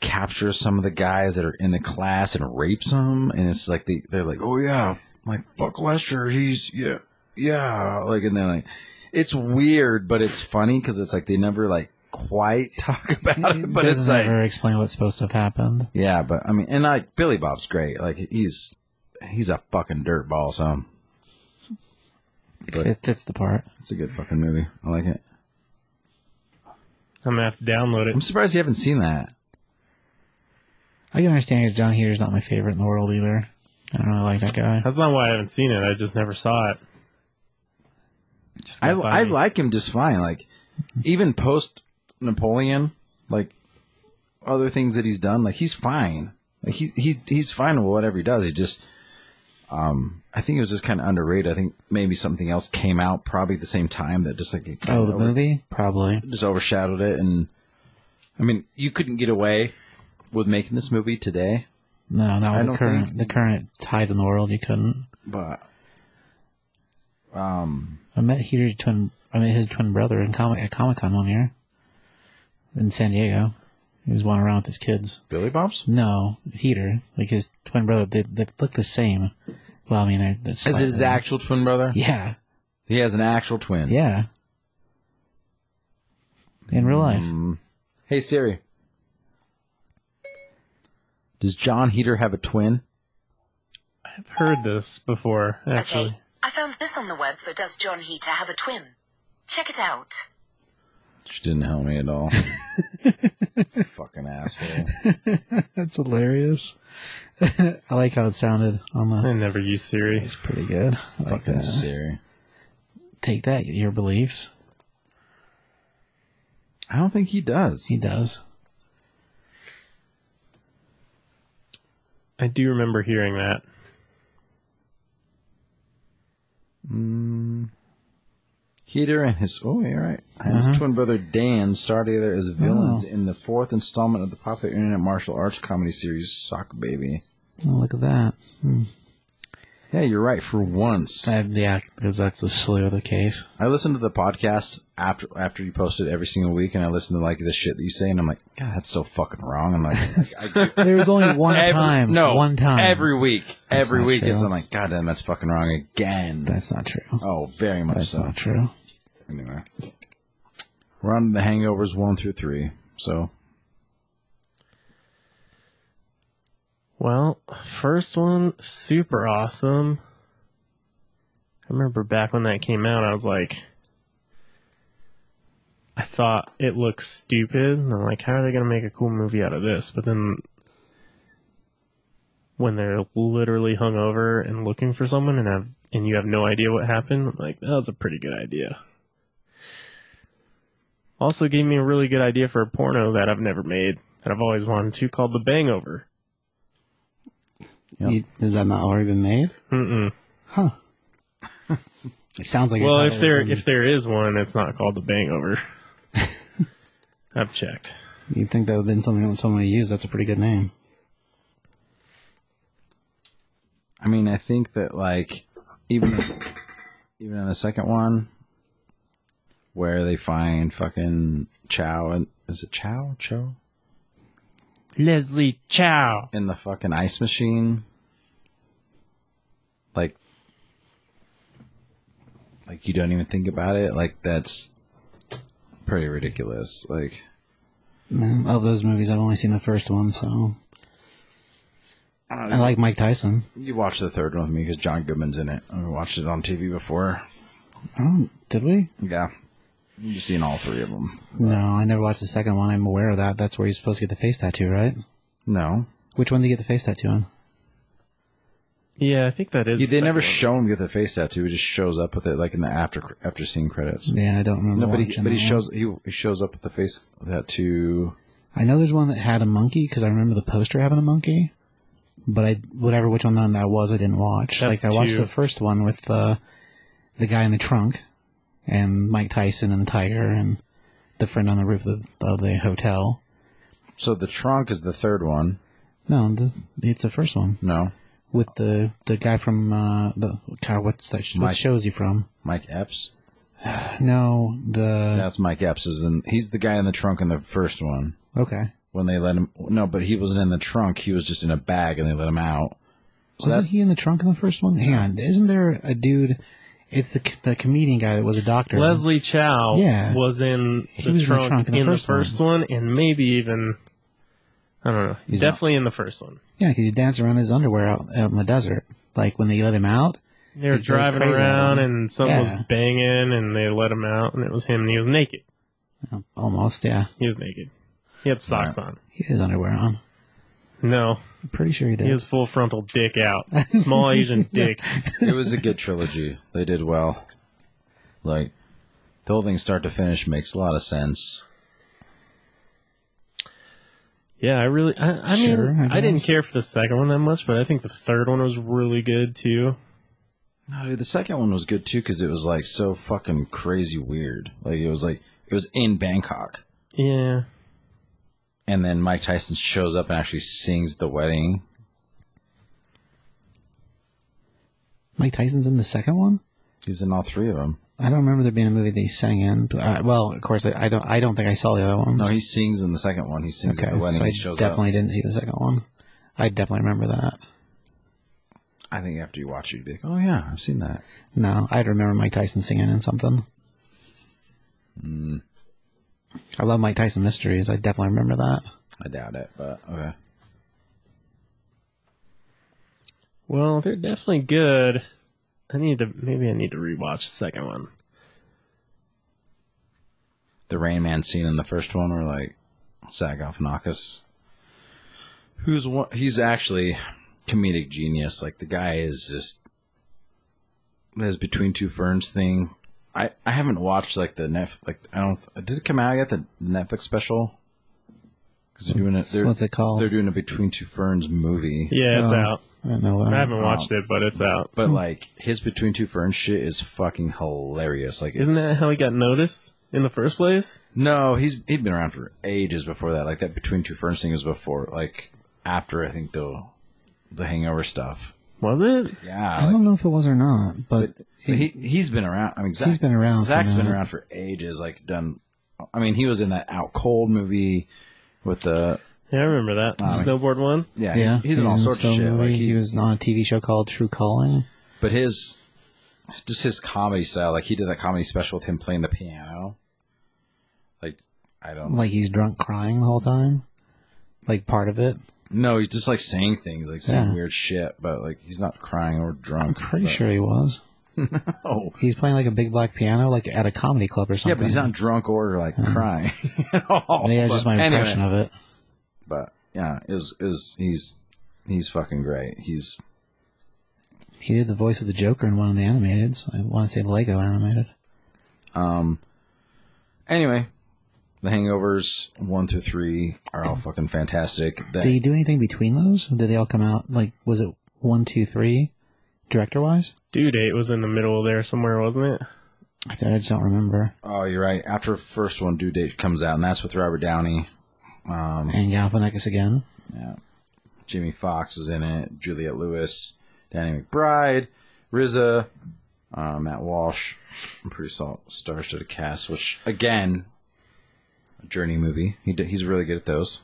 Speaker 1: captures some of the guys that are in the class and rapes them and it's like they they're like oh yeah like fuck Lesher he's yeah yeah like and then like it's weird but it's funny because it's like they never like quite <laughs> talk about it but
Speaker 2: It
Speaker 1: it's
Speaker 2: doesn't
Speaker 1: like
Speaker 2: ever explain what's supposed to have happened.
Speaker 1: yeah, but I mean, and like Billy Bob's great. Like he's he's a fucking dirtball. So But-
Speaker 2: It fits the part.
Speaker 1: it's a good fucking movie. I like it.
Speaker 3: I'm gonna have to download
Speaker 1: I'm
Speaker 3: it.
Speaker 1: surprised you haven't seen that.
Speaker 2: I can understand because John Heater's not my favorite in the world either. I don't really like that guy.
Speaker 3: That's not why I haven't seen it. I just never saw it. Just
Speaker 1: I
Speaker 3: got by
Speaker 1: I
Speaker 3: me.
Speaker 1: like him just fine. Like even post Napoleon, like other things that he's done, like he's fine. Like he he he's fine with whatever he does. He just um I think it was just kind of underrated. I think maybe something else came out probably at the same time that just like it kinda
Speaker 2: Oh, the
Speaker 1: over-
Speaker 2: movie? Probably.
Speaker 1: just overshadowed it and I mean, you couldn't get away with making this movie today,
Speaker 2: No,
Speaker 1: I
Speaker 2: not with
Speaker 1: don't
Speaker 2: the current the current tide in the world. You couldn't.
Speaker 1: but um
Speaker 2: I met Heater's twin. I met his twin brother in comic at Comic Con one year in San Diego. He was wandering around with his kids.
Speaker 1: Billy Bob's?
Speaker 2: No, Heater, like his twin brother, they, they look the same. Well, I mean, they're, they're
Speaker 1: Is
Speaker 2: slightly-
Speaker 1: it his actual twin brother?
Speaker 2: Yeah,
Speaker 1: He has an actual twin.
Speaker 2: yeah.
Speaker 1: Hmm.
Speaker 2: In real life,
Speaker 1: Mm. Hey Siri. Does John Heater have a twin?
Speaker 3: I've heard this before, actually.
Speaker 4: Okay. I found this on the web for Does John Heater Have a Twin? Check it out.
Speaker 1: She didn't help me at <laughs> all. Fucking asshole.
Speaker 2: That's hilarious. <laughs> I like how it sounded on
Speaker 3: I
Speaker 2: the.
Speaker 3: never use Siri.
Speaker 2: It's pretty good. I like
Speaker 1: Fucking
Speaker 2: that.
Speaker 1: Siri.
Speaker 2: Take that, your beliefs.
Speaker 1: I don't think he does.
Speaker 2: He does.
Speaker 3: I do remember hearing that.
Speaker 1: Heater and his oh, you're right. And
Speaker 2: Uh-huh.
Speaker 1: his twin brother Dan star together
Speaker 2: Oh.
Speaker 1: as villains in the fourth installment of the popular internet martial arts comedy series Sock Baby.
Speaker 2: Oh, look at that.
Speaker 1: Yeah, you're right. For once,
Speaker 2: Uh, yeah, because that's the slew of the case.
Speaker 1: I listen to the podcast after after you post it every single week, and I listen to like the shit that you say, and I'm like, God, that's so fucking wrong. I'm like, <laughs> I,
Speaker 2: There
Speaker 1: <laughs>
Speaker 2: was only one
Speaker 1: every-
Speaker 2: time.
Speaker 1: no,
Speaker 2: one time.
Speaker 1: every week,
Speaker 2: That's
Speaker 1: every
Speaker 2: not
Speaker 1: week,
Speaker 2: true.
Speaker 1: it's I'm like, God damn, that's fucking wrong again.
Speaker 2: That's not true.
Speaker 1: oh, very much
Speaker 2: That's
Speaker 1: so.
Speaker 2: not true.
Speaker 1: Anyway, we're on the Hangovers one through three, so
Speaker 3: Well, first one, super awesome. I remember back when that came out, I was like, I thought it looked stupid. And I'm like, how are they going to make a cool movie out of this? But then when they're literally hungover and looking for someone and have, and you have no idea what happened, I'm like, that was a pretty good idea. Also gave me a really good idea for a porno that I've never made that I've always wanted to called The Bangover.
Speaker 1: Yeah.
Speaker 2: You- Has that not already been made?
Speaker 3: Mm-mm.
Speaker 2: Huh. it sounds like. it
Speaker 3: Well,
Speaker 2: probably
Speaker 3: if there
Speaker 2: would've
Speaker 3: if there is one, it's not called
Speaker 1: <laughs>
Speaker 3: the Bangover. I've checked.
Speaker 2: been- you'd think that would have been something that someone would use, that's a pretty good name.
Speaker 1: I mean, I think that like even even in the second one, where they find fucking Chow and is it Chow Cho
Speaker 3: Leslie Chow.
Speaker 1: in the fucking ice machine, like like you don't even think about it. Like that's pretty ridiculous. Like
Speaker 2: No, Of those movies, I've only seen the first one, so
Speaker 1: I don't
Speaker 2: I
Speaker 1: know.
Speaker 2: like Mike Tyson.
Speaker 1: you watched the third one with me because John Goodman's in it. I watched it on TV before.
Speaker 2: Oh, did we?
Speaker 1: Yeah, you've seen all three of them.
Speaker 2: No, I never watched the second one. I'm aware of that. That's where you're supposed to get the face tattoo, right?
Speaker 1: No,
Speaker 2: Which one do you get the face tattoo on?
Speaker 3: Yeah, I think that is.
Speaker 1: Yeah,
Speaker 3: the
Speaker 1: they
Speaker 3: second
Speaker 1: never
Speaker 3: one.
Speaker 1: show him get the face tattoo. He just shows up with it, like in the after after scene credits.
Speaker 2: Yeah, I don't remember.
Speaker 1: No, but he
Speaker 2: watching
Speaker 1: but he
Speaker 2: that one.
Speaker 1: shows he, he shows up with the face tattoo.
Speaker 2: I know there's one that had a monkey because I remember the poster having a monkey. But I whatever which one that was, I didn't watch. like
Speaker 3: That's
Speaker 2: I watched
Speaker 3: two.
Speaker 2: the first one with the the guy in the trunk and Mike Tyson and the tiger and the friend on the roof of the, of the hotel.
Speaker 1: So the trunk is the third one.
Speaker 2: No, the, it's the first one
Speaker 1: No,
Speaker 2: with the the guy from uh, the God, what's that? What
Speaker 1: Mike.
Speaker 2: shows he from?
Speaker 1: Mike Epps.
Speaker 2: No, the
Speaker 1: That's Mike Epps. Is in, he's the guy in the trunk in the first one
Speaker 2: okay.
Speaker 1: when they let him. No, but he wasn't in the trunk. He was just in a bag, and they let him out. So
Speaker 2: Wasn't
Speaker 1: that's
Speaker 2: he in the trunk in the first one? Hang on, isn't there a dude? It's the c- the comedian guy that was a doctor.
Speaker 3: Leslie Chow
Speaker 2: Yeah.
Speaker 3: was in
Speaker 2: He
Speaker 3: the,
Speaker 2: was in the
Speaker 3: trunk, in the, first,
Speaker 2: one.
Speaker 3: one. and maybe even I don't know.
Speaker 1: He's
Speaker 3: definitely in the first one.
Speaker 2: Yeah, because he danced around his underwear out, out in the desert. Like when they let him out.
Speaker 3: They were
Speaker 2: goes
Speaker 3: driving
Speaker 2: crazy.
Speaker 3: around and someone
Speaker 2: Yeah.
Speaker 3: was banging and they let him out and it was him and he was naked.
Speaker 2: Oh, Almost, yeah.
Speaker 3: He was naked. He had socks on.
Speaker 2: He had his underwear on.
Speaker 3: No,
Speaker 2: I'm pretty sure he did.
Speaker 3: he was full frontal dick out. Small Asian dick.
Speaker 1: it was a good trilogy. They did well. Like the whole thing, start to finish, makes a lot of sense.
Speaker 3: Yeah, I really. I, I mean,
Speaker 2: Sure, I
Speaker 3: I, didn't
Speaker 2: guess.
Speaker 3: care for the second one that much, but I think the third one was really good too.
Speaker 1: No, dude, the second one was good too because it was like so fucking crazy weird. Like it was like it was in Bangkok,
Speaker 3: Yeah,
Speaker 1: and then Mike Tyson shows up and actually sings the wedding.
Speaker 2: Mike Tyson's in the second one?
Speaker 1: He's in all three of them.
Speaker 2: I don't remember there being a movie that he sang in. But I, well, of course, I, I don't. I don't think I saw the other ones.
Speaker 1: No, he sings in the second one. He sings
Speaker 2: okay,
Speaker 1: at the wedding.
Speaker 2: so I
Speaker 1: he shows
Speaker 2: definitely didn't see the second one. I definitely remember that.
Speaker 1: up. I think after you watch it, you'd be like, "Oh yeah, I've seen that."
Speaker 2: No, I'd remember Mike Tyson singing in something.
Speaker 1: Hmm.
Speaker 2: I love Mike Tyson mysteries. I definitely remember that.
Speaker 1: I doubt it, but okay.
Speaker 3: Well, they're definitely good. I need to maybe I need to rewatch the second one.
Speaker 1: The Rain Man scene in the first one, where like Zach Galifianakis, who's one, he's actually comedic genius. Like the guy is just his between two ferns thing. I, I haven't watched like the Netflix. Like I don't. Did it come out yet? The Netflix special. Because they're doing it.
Speaker 2: What's,
Speaker 1: They're,
Speaker 2: what's it called?
Speaker 1: they're doing a Between Two Ferns movie.
Speaker 3: Yeah, it's
Speaker 2: Oh.
Speaker 3: out.
Speaker 2: I don't know.
Speaker 3: I haven't watched it, but it's out.
Speaker 1: But like his Between Two Ferns shit is fucking hilarious. Like it's-
Speaker 3: Isn't that how he got noticed in the first place?
Speaker 1: No, he's he'd been around for ages before that. Like that Between Two Ferns thing was before. Like after I think the the Hangover stuff.
Speaker 3: Was it?
Speaker 1: Yeah.
Speaker 2: I
Speaker 1: like,
Speaker 2: don't know if it was or not, but
Speaker 1: he he's been around. I mean, Zach,
Speaker 2: he's been around. for
Speaker 1: Zach's been
Speaker 2: that.
Speaker 1: around for ages. Like done. I mean, he was in that Out Cold movie with the
Speaker 3: Yeah, I remember that the
Speaker 1: Uh,
Speaker 3: snowboard one.
Speaker 1: yeah.
Speaker 2: Yeah,
Speaker 1: he's, he's in
Speaker 2: he
Speaker 1: all
Speaker 2: was a
Speaker 1: sorts of
Speaker 2: Stone
Speaker 1: shit.
Speaker 2: movie.
Speaker 1: Like
Speaker 2: he,
Speaker 1: he,
Speaker 2: was on a TV show called True Calling.
Speaker 1: but his just his comedy style. Like he did that comedy special with him playing the piano. Like I don't
Speaker 2: Like he's drunk, crying the whole time. Like part of it.
Speaker 1: No, he's just like saying things, like saying
Speaker 2: Yeah.
Speaker 1: weird shit, but like he's not crying or drunk.
Speaker 2: I'm pretty
Speaker 1: but-
Speaker 2: sure he was.
Speaker 1: No.
Speaker 2: He's playing like a big black piano, like at a comedy club or something.
Speaker 1: Oh, Yeah, but he's not drunk or like
Speaker 2: Yeah.
Speaker 1: crying <laughs> at all.
Speaker 2: Yeah,
Speaker 1: But
Speaker 2: just my
Speaker 1: anyway.
Speaker 2: impression of it.
Speaker 1: But yeah, is is he's he's fucking great. He's
Speaker 2: He did the voice of the Joker in one of the animated. So I want to say Lego animated.
Speaker 1: um. Anyway, the Hangovers one through three are all fucking fantastic. That,
Speaker 2: Did he do anything between those? Or did they all come out? Like, was it one, two, three, director wise?
Speaker 3: Due date was in the middle there somewhere, wasn't it?
Speaker 2: I don't- I just don't remember.
Speaker 1: oh, you're right. After first one, due date comes out, and that's with Robert Downey. Um,
Speaker 2: And Galifianakis again.
Speaker 1: Yeah. Jimmy Fox was in it. Juliette Lewis, Danny McBride, RZA, uh, Matt Walsh. I'm pretty solid stars to the cast, which again, a Journey movie. He d- he's really good at those.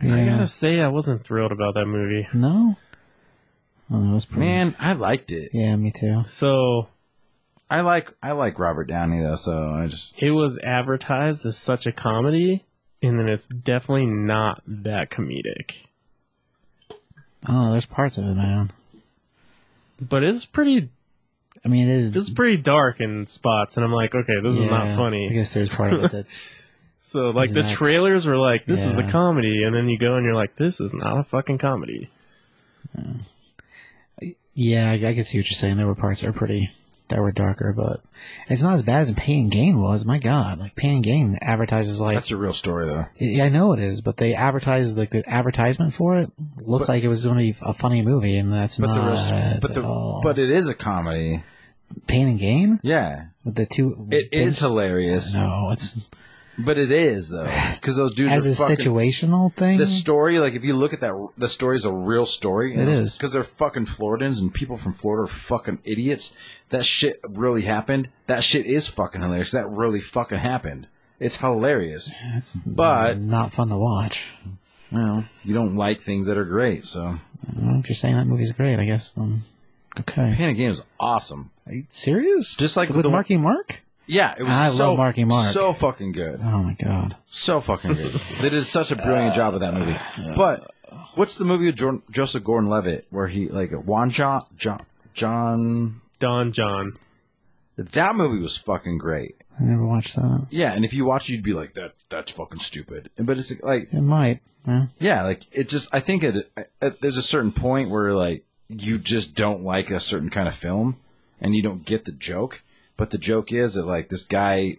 Speaker 3: I
Speaker 2: Yeah.
Speaker 3: gotta say, I wasn't thrilled about that movie.
Speaker 2: No. Oh, it was pretty.
Speaker 1: Man, I liked it.
Speaker 2: Yeah, me too.
Speaker 3: So
Speaker 1: I like I like Robert Downey though, so I just
Speaker 3: it was advertised as such a comedy, and then it's definitely not that comedic.
Speaker 2: Oh, there's parts of it, man.
Speaker 3: But it's pretty,
Speaker 2: I mean, it is.
Speaker 3: it's pretty dark in spots, and I'm like, okay, this is
Speaker 2: yeah,
Speaker 3: not
Speaker 2: I
Speaker 3: funny.
Speaker 2: guess there's part of
Speaker 1: <laughs>
Speaker 2: it that's.
Speaker 3: So like the
Speaker 2: Zax.
Speaker 3: trailers were like, this is a
Speaker 2: Yeah.
Speaker 3: comedy, and then you go and you're like, this is not a fucking comedy.
Speaker 2: Yeah, I, I can see what you're saying. There were parts that were pretty that were darker, but it's not as bad as Pain and Gain was. My God, like Pain and Gain advertises like
Speaker 1: that's a real story though.
Speaker 2: yeah, I know it is, but they advertised like the advertisement for it looked
Speaker 1: But-
Speaker 2: like it was going to be a funny movie, and that's
Speaker 1: But
Speaker 2: not.
Speaker 1: the real, but
Speaker 2: at
Speaker 1: the
Speaker 2: all.
Speaker 1: but it is a comedy.
Speaker 2: Pain and Gain
Speaker 1: Yeah,
Speaker 2: with the two.
Speaker 1: it is
Speaker 2: it's-
Speaker 1: hilarious,
Speaker 2: No, it's
Speaker 1: but it is though because those dudes
Speaker 2: as
Speaker 1: are
Speaker 2: a
Speaker 1: fucking,
Speaker 2: situational thing.
Speaker 1: the story, like if you look at that, the story's a real story.
Speaker 2: Mm-hmm. It is.
Speaker 1: because they're fucking Floridans and people from Florida are fucking idiots. That shit really happened. That shit is fucking hilarious. That really fucking happened. It's hilarious.
Speaker 2: It's
Speaker 1: but-
Speaker 2: not fun to watch.
Speaker 1: You know, you don't like things that are great. So
Speaker 2: I don't know, if you're saying that movie's great, I guess then okay.
Speaker 1: Panic Game is awesome.
Speaker 2: Are you serious?
Speaker 1: Just like
Speaker 2: with
Speaker 1: the-
Speaker 2: Marky Mark?
Speaker 1: Yeah, it was.
Speaker 2: I
Speaker 1: so,
Speaker 2: love Marky Mark.
Speaker 1: So fucking good.
Speaker 2: Oh my god.
Speaker 1: So fucking good. they did such a brilliant job with that movie. But what's the movie with Jordan, Joseph Gordon-Levitt where he like Juan John John John?
Speaker 3: Don John.
Speaker 1: That movie was fucking great.
Speaker 2: I never watched that.
Speaker 1: Yeah, and if you watch, it, you'd be like, "That that's fucking stupid." But it's like,
Speaker 2: It might. Yeah.
Speaker 1: yeah, like it just. I think it, it, there's a certain point where like you just don't like a certain kind of film, and you don't get the joke. But the joke is that like this guy,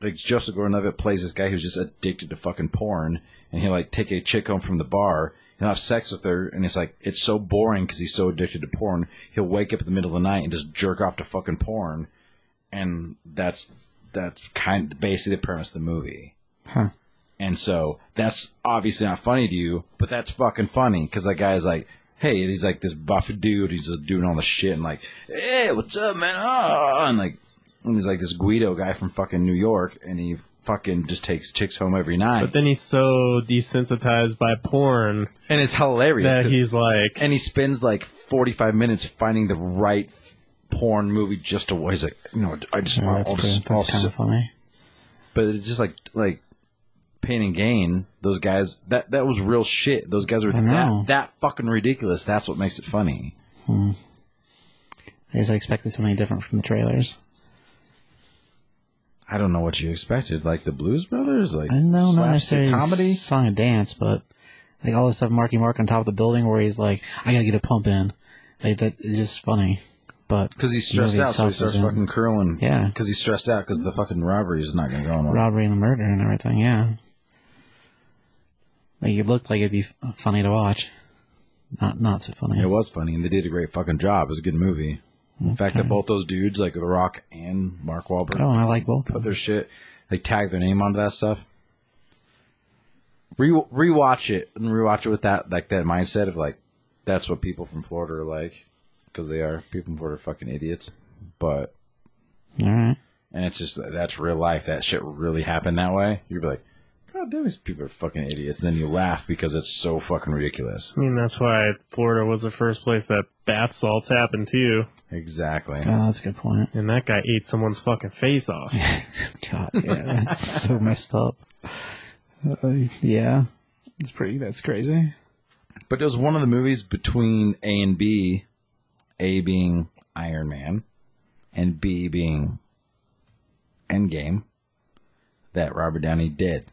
Speaker 1: like Joseph Gordon-Levitt plays this guy who's just addicted to fucking porn, and he'll like take a chick home from the bar. He'll have sex with her, and it's like it's so boring because he's so addicted to porn. He'll wake up in the middle of the night and just jerk off to fucking porn, and that's that's kind of basically the premise of the movie.
Speaker 2: Huh.
Speaker 1: And so that's obviously not funny to you, but that's fucking funny because that guy's like, hey, he's like this buff dude. He's just doing all this shit and like, hey, what's up, man? Ah, and like, and he's like this Guido guy from fucking New York, and he fucking just takes chicks home every night,
Speaker 3: But then he's so desensitized by porn
Speaker 1: and it's hilarious.
Speaker 3: that
Speaker 1: 'cause-
Speaker 3: he's like,
Speaker 1: and he spends like forty-five minutes finding the right porn movie just to. He's like, you know, I just,
Speaker 2: Yeah,
Speaker 1: I'll,
Speaker 2: that's
Speaker 1: just-
Speaker 2: pretty,
Speaker 1: I'll
Speaker 2: that's kind
Speaker 1: sit-
Speaker 2: of funny.
Speaker 1: but it's just like like pain and gain those guys that that was real shit those guys were
Speaker 2: I know.
Speaker 1: that, that fucking ridiculous that's what makes it funny
Speaker 2: Hmm. I guess I expected something different from the trailers.
Speaker 1: I don't know what you expected, like the Blues Brothers, like
Speaker 2: I don't know, not
Speaker 1: slapstick
Speaker 2: necessarily
Speaker 1: comedy.
Speaker 2: song and dance, but like all the stuff Marky Mark on top of the building where he's like, I gotta get a pump in. Like that is just funny. But
Speaker 1: Because he's
Speaker 2: the
Speaker 1: stressed
Speaker 2: movie
Speaker 1: out, so he
Speaker 2: itself
Speaker 1: starts
Speaker 2: isn't.
Speaker 1: fucking curling.
Speaker 2: Yeah.
Speaker 1: Because he's stressed out because the fucking robbery is not going to go on.
Speaker 2: robbery and the murder and everything. Yeah, like it looked like it'd be f- funny to watch. Not not so funny.
Speaker 1: It was funny, and they did a great fucking job. It was a good movie. The fact that both those dudes, like The Rock and Mark Wahlberg,
Speaker 2: Oh, and I like both.
Speaker 1: put their shit, like tag their name onto that stuff. Re- rewatch it and rewatch it with that like that mindset of like that's what people from Florida are like because they are people from Florida are fucking idiots, but
Speaker 2: All right.
Speaker 1: and it's just that's real life. That shit really happened that way. You'd be like, God damn, these people are fucking idiots. And then you laugh because it's so fucking ridiculous.
Speaker 3: I mean, that's why Florida was the first place that bath salts happened to,
Speaker 1: Exactly.
Speaker 2: God, Oh, that's a good point. <laughs>
Speaker 3: and that guy ate someone's fucking face off.
Speaker 2: God, yeah, that's <laughs> so messed up. Uh, yeah, it's pretty. That's crazy.
Speaker 1: But it was one of the movies between A and B, A being Iron Man, and B being Endgame, that Robert Downey did.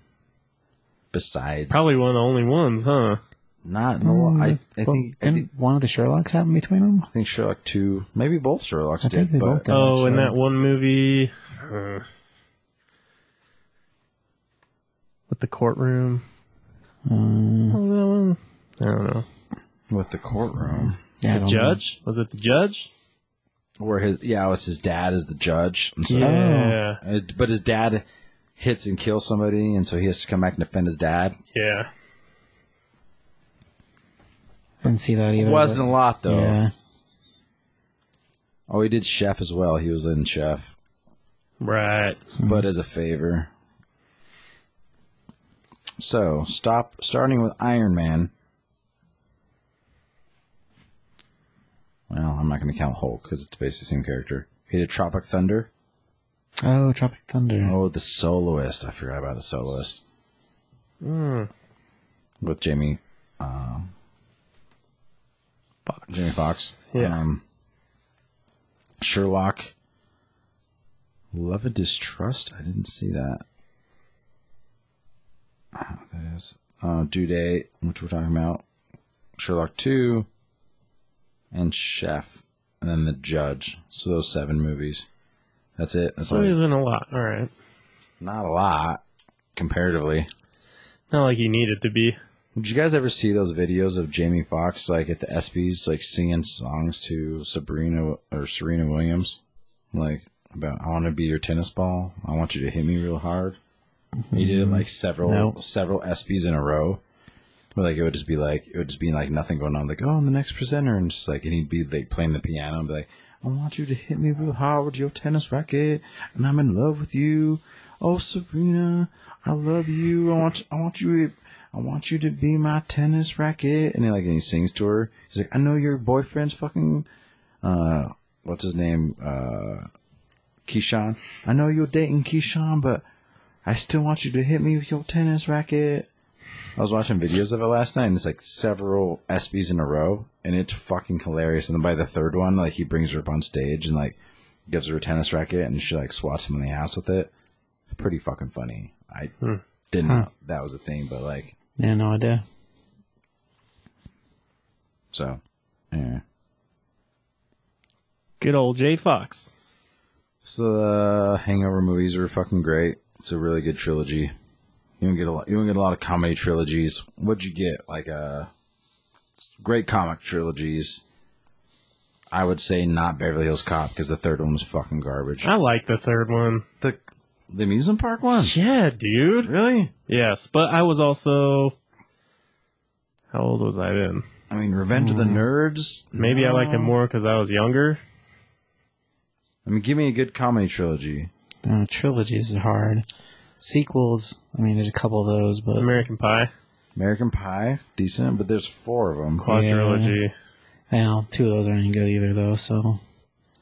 Speaker 1: Besides,
Speaker 3: Probably one of the only ones, huh?
Speaker 1: not. in a lot. I, I
Speaker 2: Mm, Well,
Speaker 1: think I
Speaker 2: didn't
Speaker 1: think-
Speaker 2: one of the Sherlock's happen between them?
Speaker 1: I think Sherlock two, maybe both Sherlock's
Speaker 2: I
Speaker 1: did,
Speaker 2: think they
Speaker 1: but
Speaker 2: both did. Yeah,
Speaker 3: Oh, in
Speaker 2: sure.
Speaker 3: that one movie uh, with the courtroom.
Speaker 2: Um,
Speaker 3: Oh, that one. I don't know.
Speaker 1: with the courtroom
Speaker 2: yeah, I
Speaker 3: The
Speaker 2: don't
Speaker 3: judge? Was it the judge?
Speaker 1: where his yeah, it was his dad is the judge, and so-
Speaker 3: Yeah.
Speaker 1: Uh, but his dad hits and kills somebody, and so he has to come back and defend his dad.
Speaker 3: Yeah.
Speaker 2: Know. Didn't see that either.
Speaker 1: Wasn't a lot
Speaker 2: but-
Speaker 1: though.
Speaker 2: Yeah.
Speaker 1: Oh, he did Chef as well. He was in Chef,
Speaker 3: Right.
Speaker 1: but as a favor. So stop starting with Iron Man. Well, I'm not going to count Hulk because it's basically the same character. He did Tropic Thunder.
Speaker 2: Oh, Tropic
Speaker 3: Mm-hmm.
Speaker 2: Thunder.
Speaker 1: Oh, the soloist. I forgot about the soloist
Speaker 3: Mm.
Speaker 1: with Jamie um,
Speaker 3: Fox.
Speaker 1: Jamie Fox.
Speaker 3: Yeah.
Speaker 1: Um, Sherlock. Love and distrust. I didn't see that. Ah, that is uh, due date, which we're talking about. Sherlock two, and Chef, and then the Judge. So those seven movies. That's it. That's
Speaker 3: So
Speaker 1: all.
Speaker 3: it isn't a lot. All right.
Speaker 1: Not a lot comparatively.
Speaker 3: Not like you needed to be.
Speaker 1: Did you guys ever see those videos of Jamie Foxx like at the ESPYS like singing songs to Sabrina or Serena Williams, like about "I want to be your tennis ball, I want you to hit me real hard." He did it like several
Speaker 2: Nope.
Speaker 1: several ESPYS in a row. Where, like it would just be like it would just be like nothing going on. Like oh, I'm the next presenter, and just like and he'd be like playing the piano and be like, "I want you to hit me real hard with your tennis racket, and I'm in love with you." Oh, Serena, I love you. I want I want you. I want you to be my tennis racket. And then, like, and he sings to her. He's like, I know your boyfriend's fucking, uh, what's his name? Uh, Keyshawn. I know you're dating Keyshawn, but I still want you to hit me with your tennis racket. I was watching videos of it last night, and it's like several SBs in a row, and it's fucking hilarious. And then by the third one, like, he brings her up on stage and, like, gives her a tennis racket, and she, like, swats him in the ass with it. Pretty fucking funny. I didn't know that was a thing, but, like,
Speaker 2: Yeah, no idea.
Speaker 1: So, yeah.
Speaker 3: Good old J Fox.
Speaker 1: So the Hangover movies are fucking great. It's a really good trilogy. You don't get a lot. You don't get a lot of comedy trilogies. What'd you get? Like uh, great comic trilogies. I would say not Beverly Hills Cop because the third one was fucking garbage.
Speaker 3: I like the third one.
Speaker 1: The the amusement park one.
Speaker 3: Yeah, dude.
Speaker 1: Really?
Speaker 3: Yes, but I was also. How old was I then?
Speaker 1: I mean, Revenge of the Nerds.
Speaker 3: Maybe I liked it more because I was younger.
Speaker 1: I mean, give me a good comedy trilogy.
Speaker 2: Uh, trilogies are hard. Sequels, I mean, there's a couple of those, but
Speaker 3: American Pie
Speaker 1: American Pie, decent, but there's four of them.
Speaker 3: quadrilogy.
Speaker 2: well, two of those aren't any good either, though. So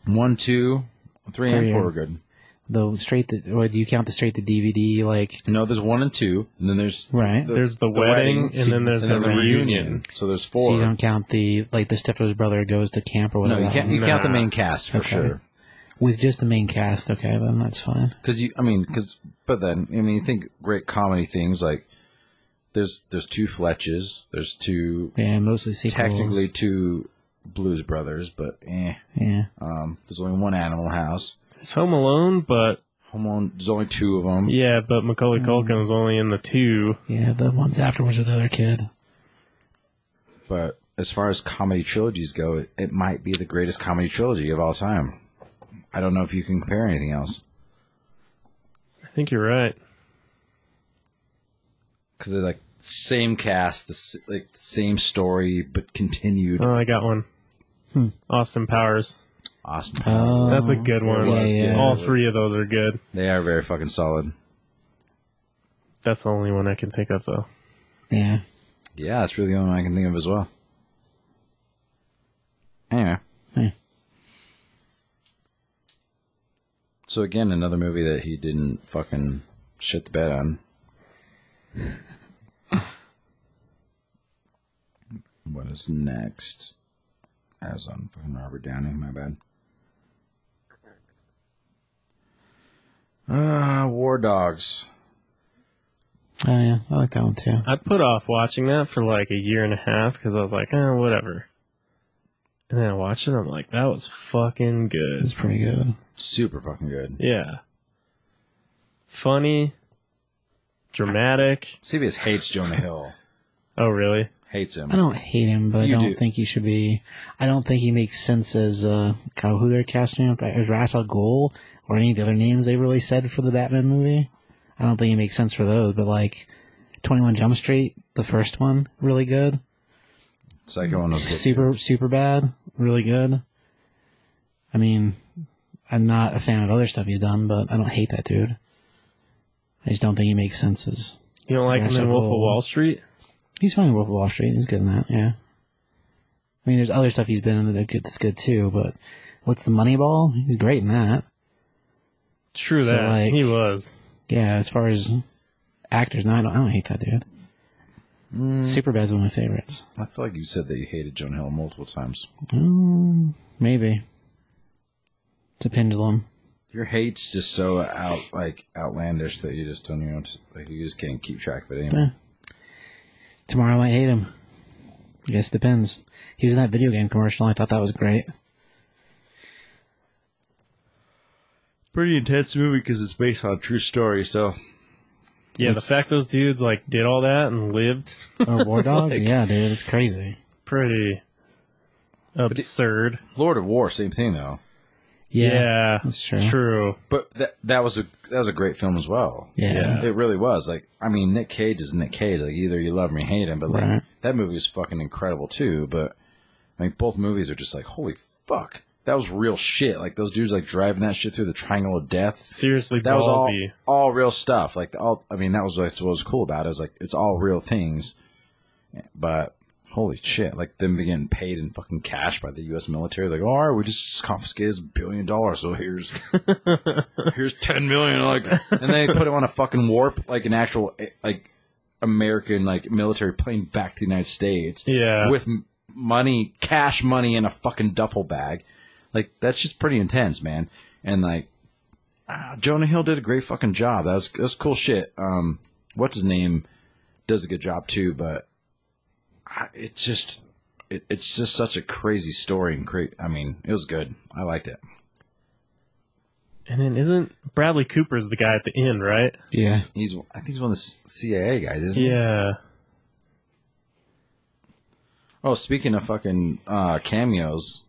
Speaker 1: One, two, three, and
Speaker 2: Three.
Speaker 1: four are good.
Speaker 2: the straight to, or do you count the straight to DVD like
Speaker 1: No, there's one and two, and then there's
Speaker 2: right?
Speaker 3: There's the wedding, and then there's the reunion.
Speaker 1: So there's four.
Speaker 2: so you don't count the like the Stifler's brother goes to camp or
Speaker 1: no,
Speaker 2: whatever.
Speaker 1: you
Speaker 2: that
Speaker 1: can't.
Speaker 2: one's-
Speaker 1: You count the
Speaker 3: Nah.
Speaker 1: main cast for
Speaker 2: Okay.
Speaker 1: sure.
Speaker 2: With just the main cast, okay, then that's fine.
Speaker 1: Because you, I mean, because but then I mean, you think great comedy things like there's there's two Fletches, there's two
Speaker 2: Yeah, mostly sequels.
Speaker 1: technically two Blues Brothers, but eh.
Speaker 2: yeah,
Speaker 1: Um, there's only one Animal House.
Speaker 3: It's Home Alone, but
Speaker 1: Home Alone. There's only two of them.
Speaker 3: yeah, but Macaulay Culkin was only in the two.
Speaker 2: yeah. The ones afterwards with the other kid.
Speaker 1: But as far as comedy trilogies go, it, it might be the greatest comedy trilogy of all time. I don't know if you can compare anything else
Speaker 3: I think you're right.
Speaker 1: because they're like same cast, the s- like same story, but continued.
Speaker 3: Oh, I got one.
Speaker 2: Hmm.
Speaker 3: Austin Powers.
Speaker 1: Austin
Speaker 2: Oh,
Speaker 1: Powers.
Speaker 3: That's a good one.
Speaker 1: Yeah, yeah.
Speaker 3: All three of those are good.
Speaker 1: They are very fucking solid.
Speaker 3: That's the only one I can think of, though.
Speaker 2: yeah.
Speaker 1: Yeah, that's really the only one I can think of as well. Anyway.
Speaker 2: Hmm.
Speaker 1: So again, another movie that he didn't fucking shit the bed on. what is next? I was on fucking Robert Downey, my bad. Ah, War Dogs.
Speaker 2: Oh yeah, I like that one too.
Speaker 3: I put off watching that for like a year and a half because I was like, eh, whatever. And then I watched it. I'm like, that was fucking good.
Speaker 2: It's pretty good.
Speaker 1: Super fucking good.
Speaker 3: Yeah. Funny. Dramatic.
Speaker 1: CBS hates Jonah Hill.
Speaker 3: Oh, really?
Speaker 1: Hates him.
Speaker 2: I don't hate him, but
Speaker 1: You
Speaker 2: I don't
Speaker 1: do.
Speaker 2: think he should be. I don't think he makes sense as uh, God, who they're casting him as Ra's al Ghul or any of the other names they really said for the Batman movie. I don't think he makes sense for those. But like Twenty One Jump Street, the first one, really good.
Speaker 1: Second one was good.
Speaker 2: Super super bad, really good. I mean, I'm not a fan of other stuff he's done, but I don't hate that dude. I just don't think he makes sense as
Speaker 3: You don't like
Speaker 2: That's
Speaker 3: him in
Speaker 2: a
Speaker 3: Wolf of
Speaker 2: goal.
Speaker 3: Wall Street?
Speaker 2: He's fine in Wolf of Wall Street. He's good in that, yeah. I mean, there's other stuff he's been in that good- that's good too, but what's the Moneyball? He's great in that.
Speaker 3: True
Speaker 2: So,
Speaker 3: that. <laughs>
Speaker 2: like-
Speaker 3: he was.
Speaker 2: Yeah, as far as actors, no, I don't, I don't hate that dude. Superbad's one of my favorites.
Speaker 1: I feel like you said that you hated Jonah Hill multiple times.
Speaker 2: Mm, maybe. It's a pendulum.
Speaker 1: Your hate's just so out like outlandish that you just don't even want to- like you just can't keep track of it anymore.
Speaker 2: Yeah. Tomorrow I might hate him. I guess it depends. He was in that video game commercial. I thought that was great.
Speaker 1: Pretty intense movie because it's based on a true story. So
Speaker 3: Yeah, the fact those dudes like did all that and lived <laughs>
Speaker 2: Oh, War
Speaker 3: It's
Speaker 2: Dogs?
Speaker 3: like-
Speaker 2: yeah, dude, it's crazy.
Speaker 3: pretty absurd.
Speaker 1: Lord of War, same thing though.
Speaker 2: Yeah,
Speaker 3: yeah,
Speaker 2: that's true.
Speaker 3: True.
Speaker 1: But that that was a that was a great film as well.
Speaker 2: Yeah.
Speaker 1: It really was. Like I mean, Nick Cage is Nick Cage. Like either you love him or you hate him. But like
Speaker 2: Right.
Speaker 1: that movie is fucking incredible too. But I mean, both movies are just like holy fuck. That was real shit. Like those dudes like driving that shit through the Triangle of Death.
Speaker 3: Seriously,
Speaker 1: that was all,
Speaker 3: ballsy.
Speaker 1: all real stuff. Like all, I mean, that was like, what was cool about it. it was like it's all real things, but holy shit! Like them being getting paid in fucking cash by the U.S. military. Like, all right, we just confiscated this billion dollars. So here's here's ten million. Like, and they put him on a fucking warp, like an actual eh, like American like military plane back to the United States
Speaker 3: yeah,
Speaker 1: with m- money, cash money in a fucking duffel bag. Like that's just pretty intense, man. And like ah, Jonah Hill did a great fucking job. That was that's cool shit. Um, what's his name does a good job too, but I, it's just it, it's just such a crazy story and cra- I mean, it was good. I liked it.
Speaker 3: and then isn't Bradley Cooper's the guy at the end, right?
Speaker 2: Yeah.
Speaker 1: He's I think he's one of the C- CIA guys, isn't he?
Speaker 3: Yeah,
Speaker 1: Oh, speaking of fucking uh, cameos,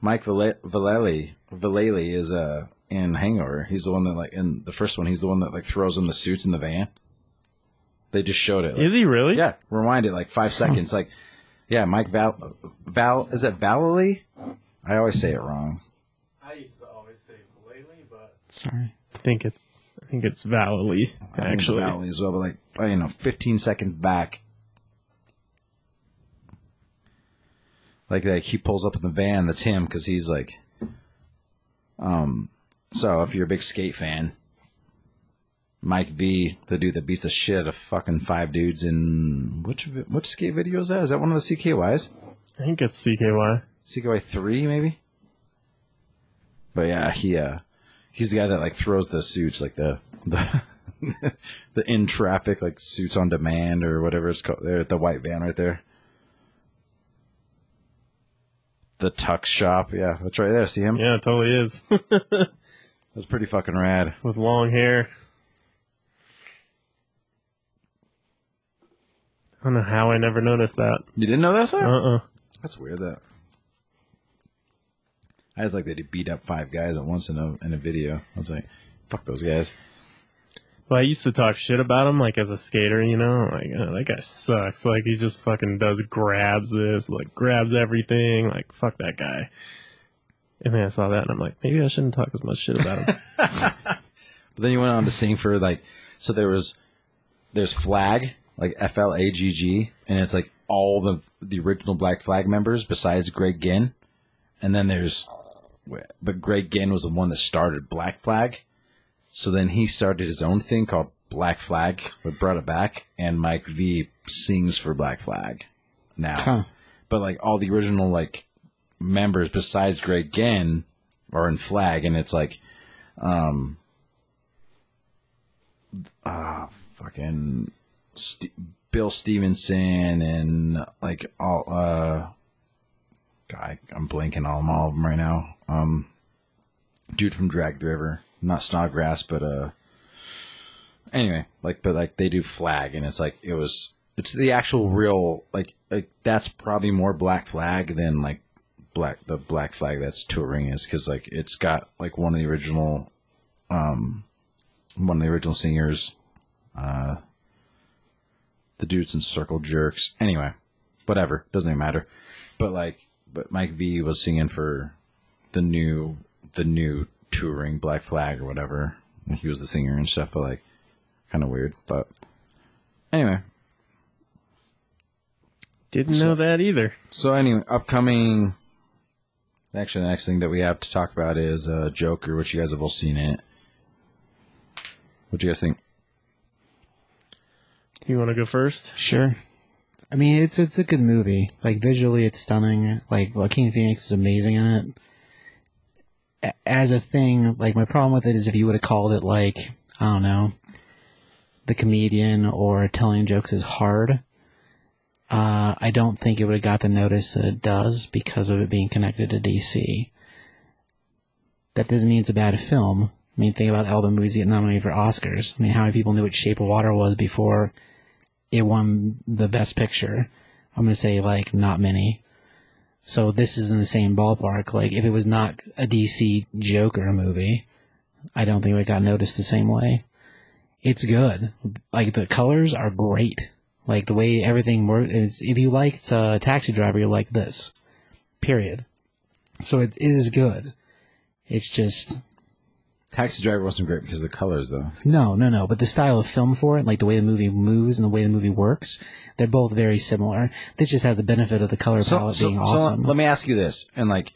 Speaker 1: Mike Vile- Vallely Vallely is uh in Hangover. He's the one that like in the first one. He's the one that like throws him the suits in the van. They just showed it. Like,
Speaker 3: is he really?
Speaker 1: yeah, rewind it like five seconds. Like, yeah, Mike Val Val is it Vallely? I always say it wrong.
Speaker 3: I used to always say Vallely, but
Speaker 2: Sorry.
Speaker 3: I think it's I think it's Vallely
Speaker 1: I think it's
Speaker 3: actually.
Speaker 1: Vallely as well, but like I don't know, fifteen seconds back. Like, like he pulls up in the van. That's him because he's like, um, So if you're a big skate fan, Mike V, the dude that beats the shit out of fucking five dudes in which vi- which skate video is that? Is that one of the CKYs?
Speaker 3: I think it's CKY.
Speaker 1: CKY three maybe. But yeah, he uh, he's the guy that like throws the suits like the the <laughs> the in traffic like suits on demand or whatever it's called. There, the white van right there. The Tuck Shop, yeah, that's right there. See him?
Speaker 3: Yeah, it totally is.
Speaker 1: That's pretty fucking rad.
Speaker 3: With long hair. I don't know how I never noticed that.
Speaker 1: You didn't know that,
Speaker 3: Uh
Speaker 1: sir?
Speaker 3: uh
Speaker 1: That's weird. That I just like that he beat up five guys at once in a in a video. I was like, fuck those guys.
Speaker 3: Well, I used to talk shit about him, like as a skater, you know, like oh, that guy sucks. Like he just fucking does grabs this, like grabs everything, like fuck that guy. And then I saw that, and I'm like, maybe I shouldn't talk as much shit about him.
Speaker 1: But then you went on to sing for like, so there was, there's flag like F L A G G, and it's like all the the original Black Flag members besides Greg Ginn, and then there's, but Greg Ginn was the one that started Black Flag, so then he started his own thing called Black Flag, but brought it back, and Mike V sings for Black Flag now,
Speaker 2: Huh.
Speaker 1: but like all the original like members besides Greg Ginn are in Flag, and it's like um ah fucking St- Bill Stevenson and like all uh God, I'm blanking on all of them right now. Um dude from Drag the River, not Snodgrass, but uh anyway, like but like they do flag and it's like it was it's the actual real like like that's probably more black flag than like black the black flag that's touring is because like it's got like one of the original um one of the original singers uh the dudes in circle jerks anyway whatever doesn't even matter but like but mike v was singing for the new the new touring black flag or whatever And he was the singer and stuff but like kind of weird but anyway
Speaker 3: Didn't know that either.
Speaker 1: so anyway, upcoming. Actually, the next thing that we have to talk about is uh, Joker, which you guys have all seen it. What do you guys think?
Speaker 3: You want to go first?
Speaker 2: Sure. I mean, it's it's a good movie. Like visually, it's stunning. Like Joaquin Phoenix is amazing in it. A- As a thing, like my problem with it is if you would have called it like I don't know, the comedian or telling jokes is hard. Uh, I don't think it would have got the notice that it does because of it being connected to DC. That doesn't mean it's a bad film. I mean, think about all the movies that get nominated for Oscars. I mean, how many people knew what Shape of Water was before it won the best picture. I'm gonna say like not many. So this is in the same ballpark. Like if it was not a DC Joker movie, I don't think it got noticed the same way. It's good. Like the colors are great. Like the way everything works is if you liked uh, Taxi Driver, you like this. Period. So it, it is good. It's just
Speaker 1: Taxi Driver wasn't great because of the colors, though.
Speaker 2: no, no, no. But the style of film for it, like the way the movie moves and the way the movie works, they're both very similar. This just has the benefit of the color palette being awesome,
Speaker 1: let me ask you this, and like,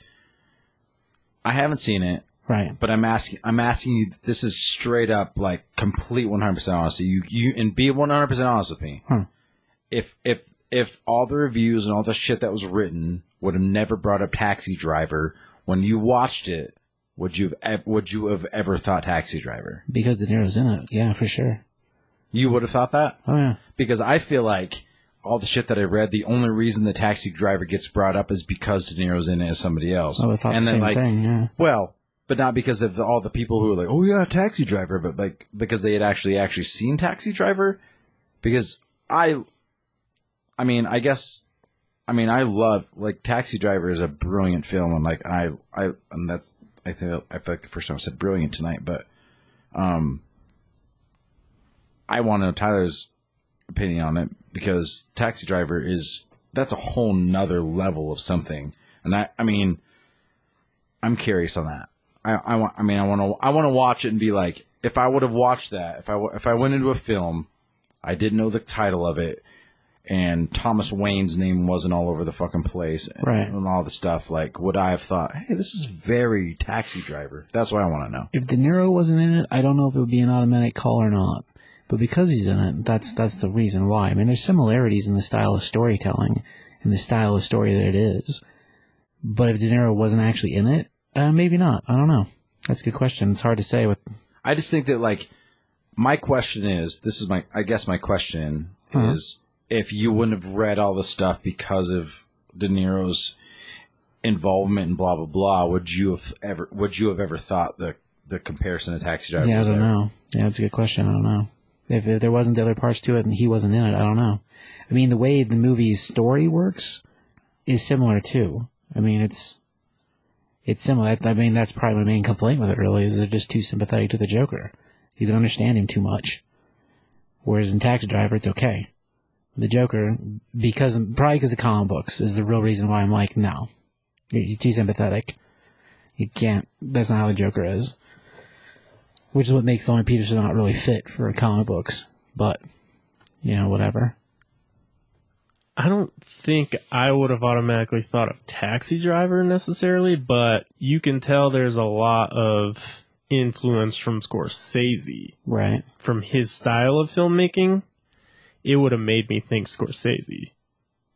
Speaker 1: I haven't seen it,
Speaker 2: right?
Speaker 1: but I'm asking, I'm asking you. This is straight up, like, complete 100 percent honesty. You, you, and be 100 percent honest with me.
Speaker 2: Huh.
Speaker 1: If, if, if all the reviews and all the shit that was written would have never brought up Taxi Driver when you watched it, would you have, ev- would you have ever thought Taxi Driver?
Speaker 2: Because De Niro's in it, yeah, for sure.
Speaker 1: You would have thought that
Speaker 2: Oh yeah,
Speaker 1: because I feel like all the shit that I read, the only reason the Taxi Driver gets brought up is because De Niro's in it as somebody else.
Speaker 2: I would have thought the same
Speaker 1: like,
Speaker 2: thing. Yeah,
Speaker 1: Well, but not because of all the people who were like, "Oh yeah, Taxi Driver," but like because they had actually actually seen Taxi Driver. Because I, I mean, I guess, I mean, I love like Taxi Driver is a brilliant film, and like I, I, and that's I think I feel like the first time I said brilliant tonight, but um, I want to know Tyler's opinion on it because Taxi Driver is that's a whole nother level of something, and I, I mean. I'm curious on that. I, I want. I mean, I want to. I want to watch it and be like, if I would have watched that, if I w- if I went into a film, I didn't know the title of it, and Thomas Wayne's name wasn't all over the fucking place and,
Speaker 2: Right.
Speaker 1: and all the stuff, like would I have thought, hey, this is very taxi driver? That's what I want to know.
Speaker 2: If De Niro wasn't in it, I don't know if it would be an automatic call or not. But because he's in it, that's that's the reason why. I mean, there's similarities in the style of storytelling and the style of story that it is. But if De Niro wasn't actually in it, uh, maybe not. I don't know. That's a good question. It's hard to say. With
Speaker 1: I just think that like my question is this is my I guess my question
Speaker 2: Mhm.
Speaker 1: is if you wouldn't have read all the stuff because of De Niro's involvement and blah blah blah, would you have ever would you have ever thought the the comparison to Taxi Driver?
Speaker 2: yeah, I
Speaker 1: was
Speaker 2: don't
Speaker 1: there?
Speaker 2: know. Yeah, that's a good question. I don't know. If, if there wasn't the other parts to it and he wasn't in it, I don't know. I mean, the way the movie's story works is similar too. I mean, it's it's similar. I, I mean, that's probably my main complaint with it. Really, is they're just too sympathetic to the Joker. You don't understand him too much. Whereas in Taxi Driver, it's okay. The Joker, because probably because of comic books, is the real reason why I'm like, no, he's too sympathetic. You can't. That's not how the Joker is which is what makes Lauren Peterson not really fit for comic books. But you know, whatever.
Speaker 3: I don't think I would have automatically thought of Taxi Driver necessarily, but you can tell there's a lot of influence from Scorsese,
Speaker 2: Right.
Speaker 3: from his style of filmmaking. It would have made me think Scorsese,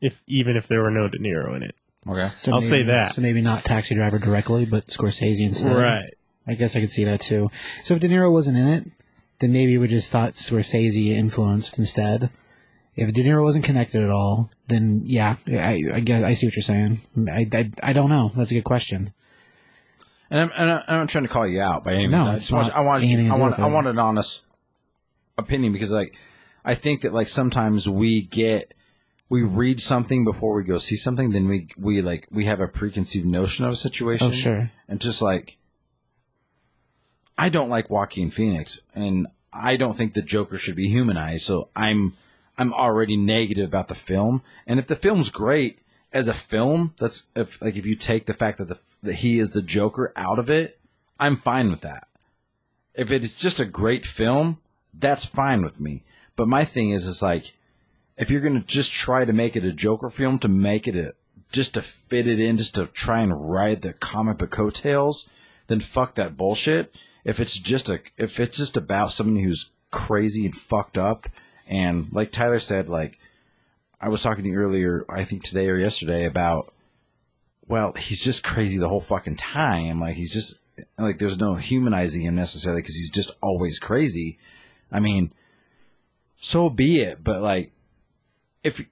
Speaker 3: if even if there were no De Niro in it.
Speaker 1: Okay.
Speaker 2: So
Speaker 3: I'll
Speaker 2: maybe-
Speaker 3: say that.
Speaker 2: So maybe not Taxi Driver directly, but Scorsese instead.
Speaker 3: Right.
Speaker 2: I guess I could see that too. So if De Niro wasn't in it, then maybe you would just thought Scorsese influenced instead. If De Niro wasn't connected at all, then yeah, I, I guess I see what you're saying. I, I, I don't know. That's a good question.
Speaker 1: And I'm, and I'm, I'm not trying to call you out by any means.
Speaker 2: No,
Speaker 1: I
Speaker 2: it's
Speaker 1: just want,
Speaker 2: not
Speaker 1: I want,
Speaker 2: anything to
Speaker 1: I
Speaker 2: do
Speaker 1: want,
Speaker 2: with
Speaker 1: I
Speaker 2: it.
Speaker 1: want an honest opinion because, like, I think that like sometimes we get we read something before we go see something, then we we like we have a preconceived notion of a situation.
Speaker 2: Oh sure.
Speaker 1: and just like I don't like Joaquin Phoenix, and I don't think the Joker should be humanized. So I'm I'm already negative about the film, and if the film's great as a film, that's if like if you take the fact that the that he is the Joker out of it, I'm fine with that. If it's just a great film, that's fine with me. But my thing is, is like if you're gonna just try to make it a Joker film to make it a just to fit it in, just to try and ride the comic book coattails, then fuck that bullshit. If it's just a if it's just about someone who's crazy and fucked up and like Tyler said, like I was talking to you earlier, I think today or yesterday about well, he's just crazy the whole fucking time. Like he's just like there's no humanizing him necessarily because he's just always crazy. I mean, so be it. But like, if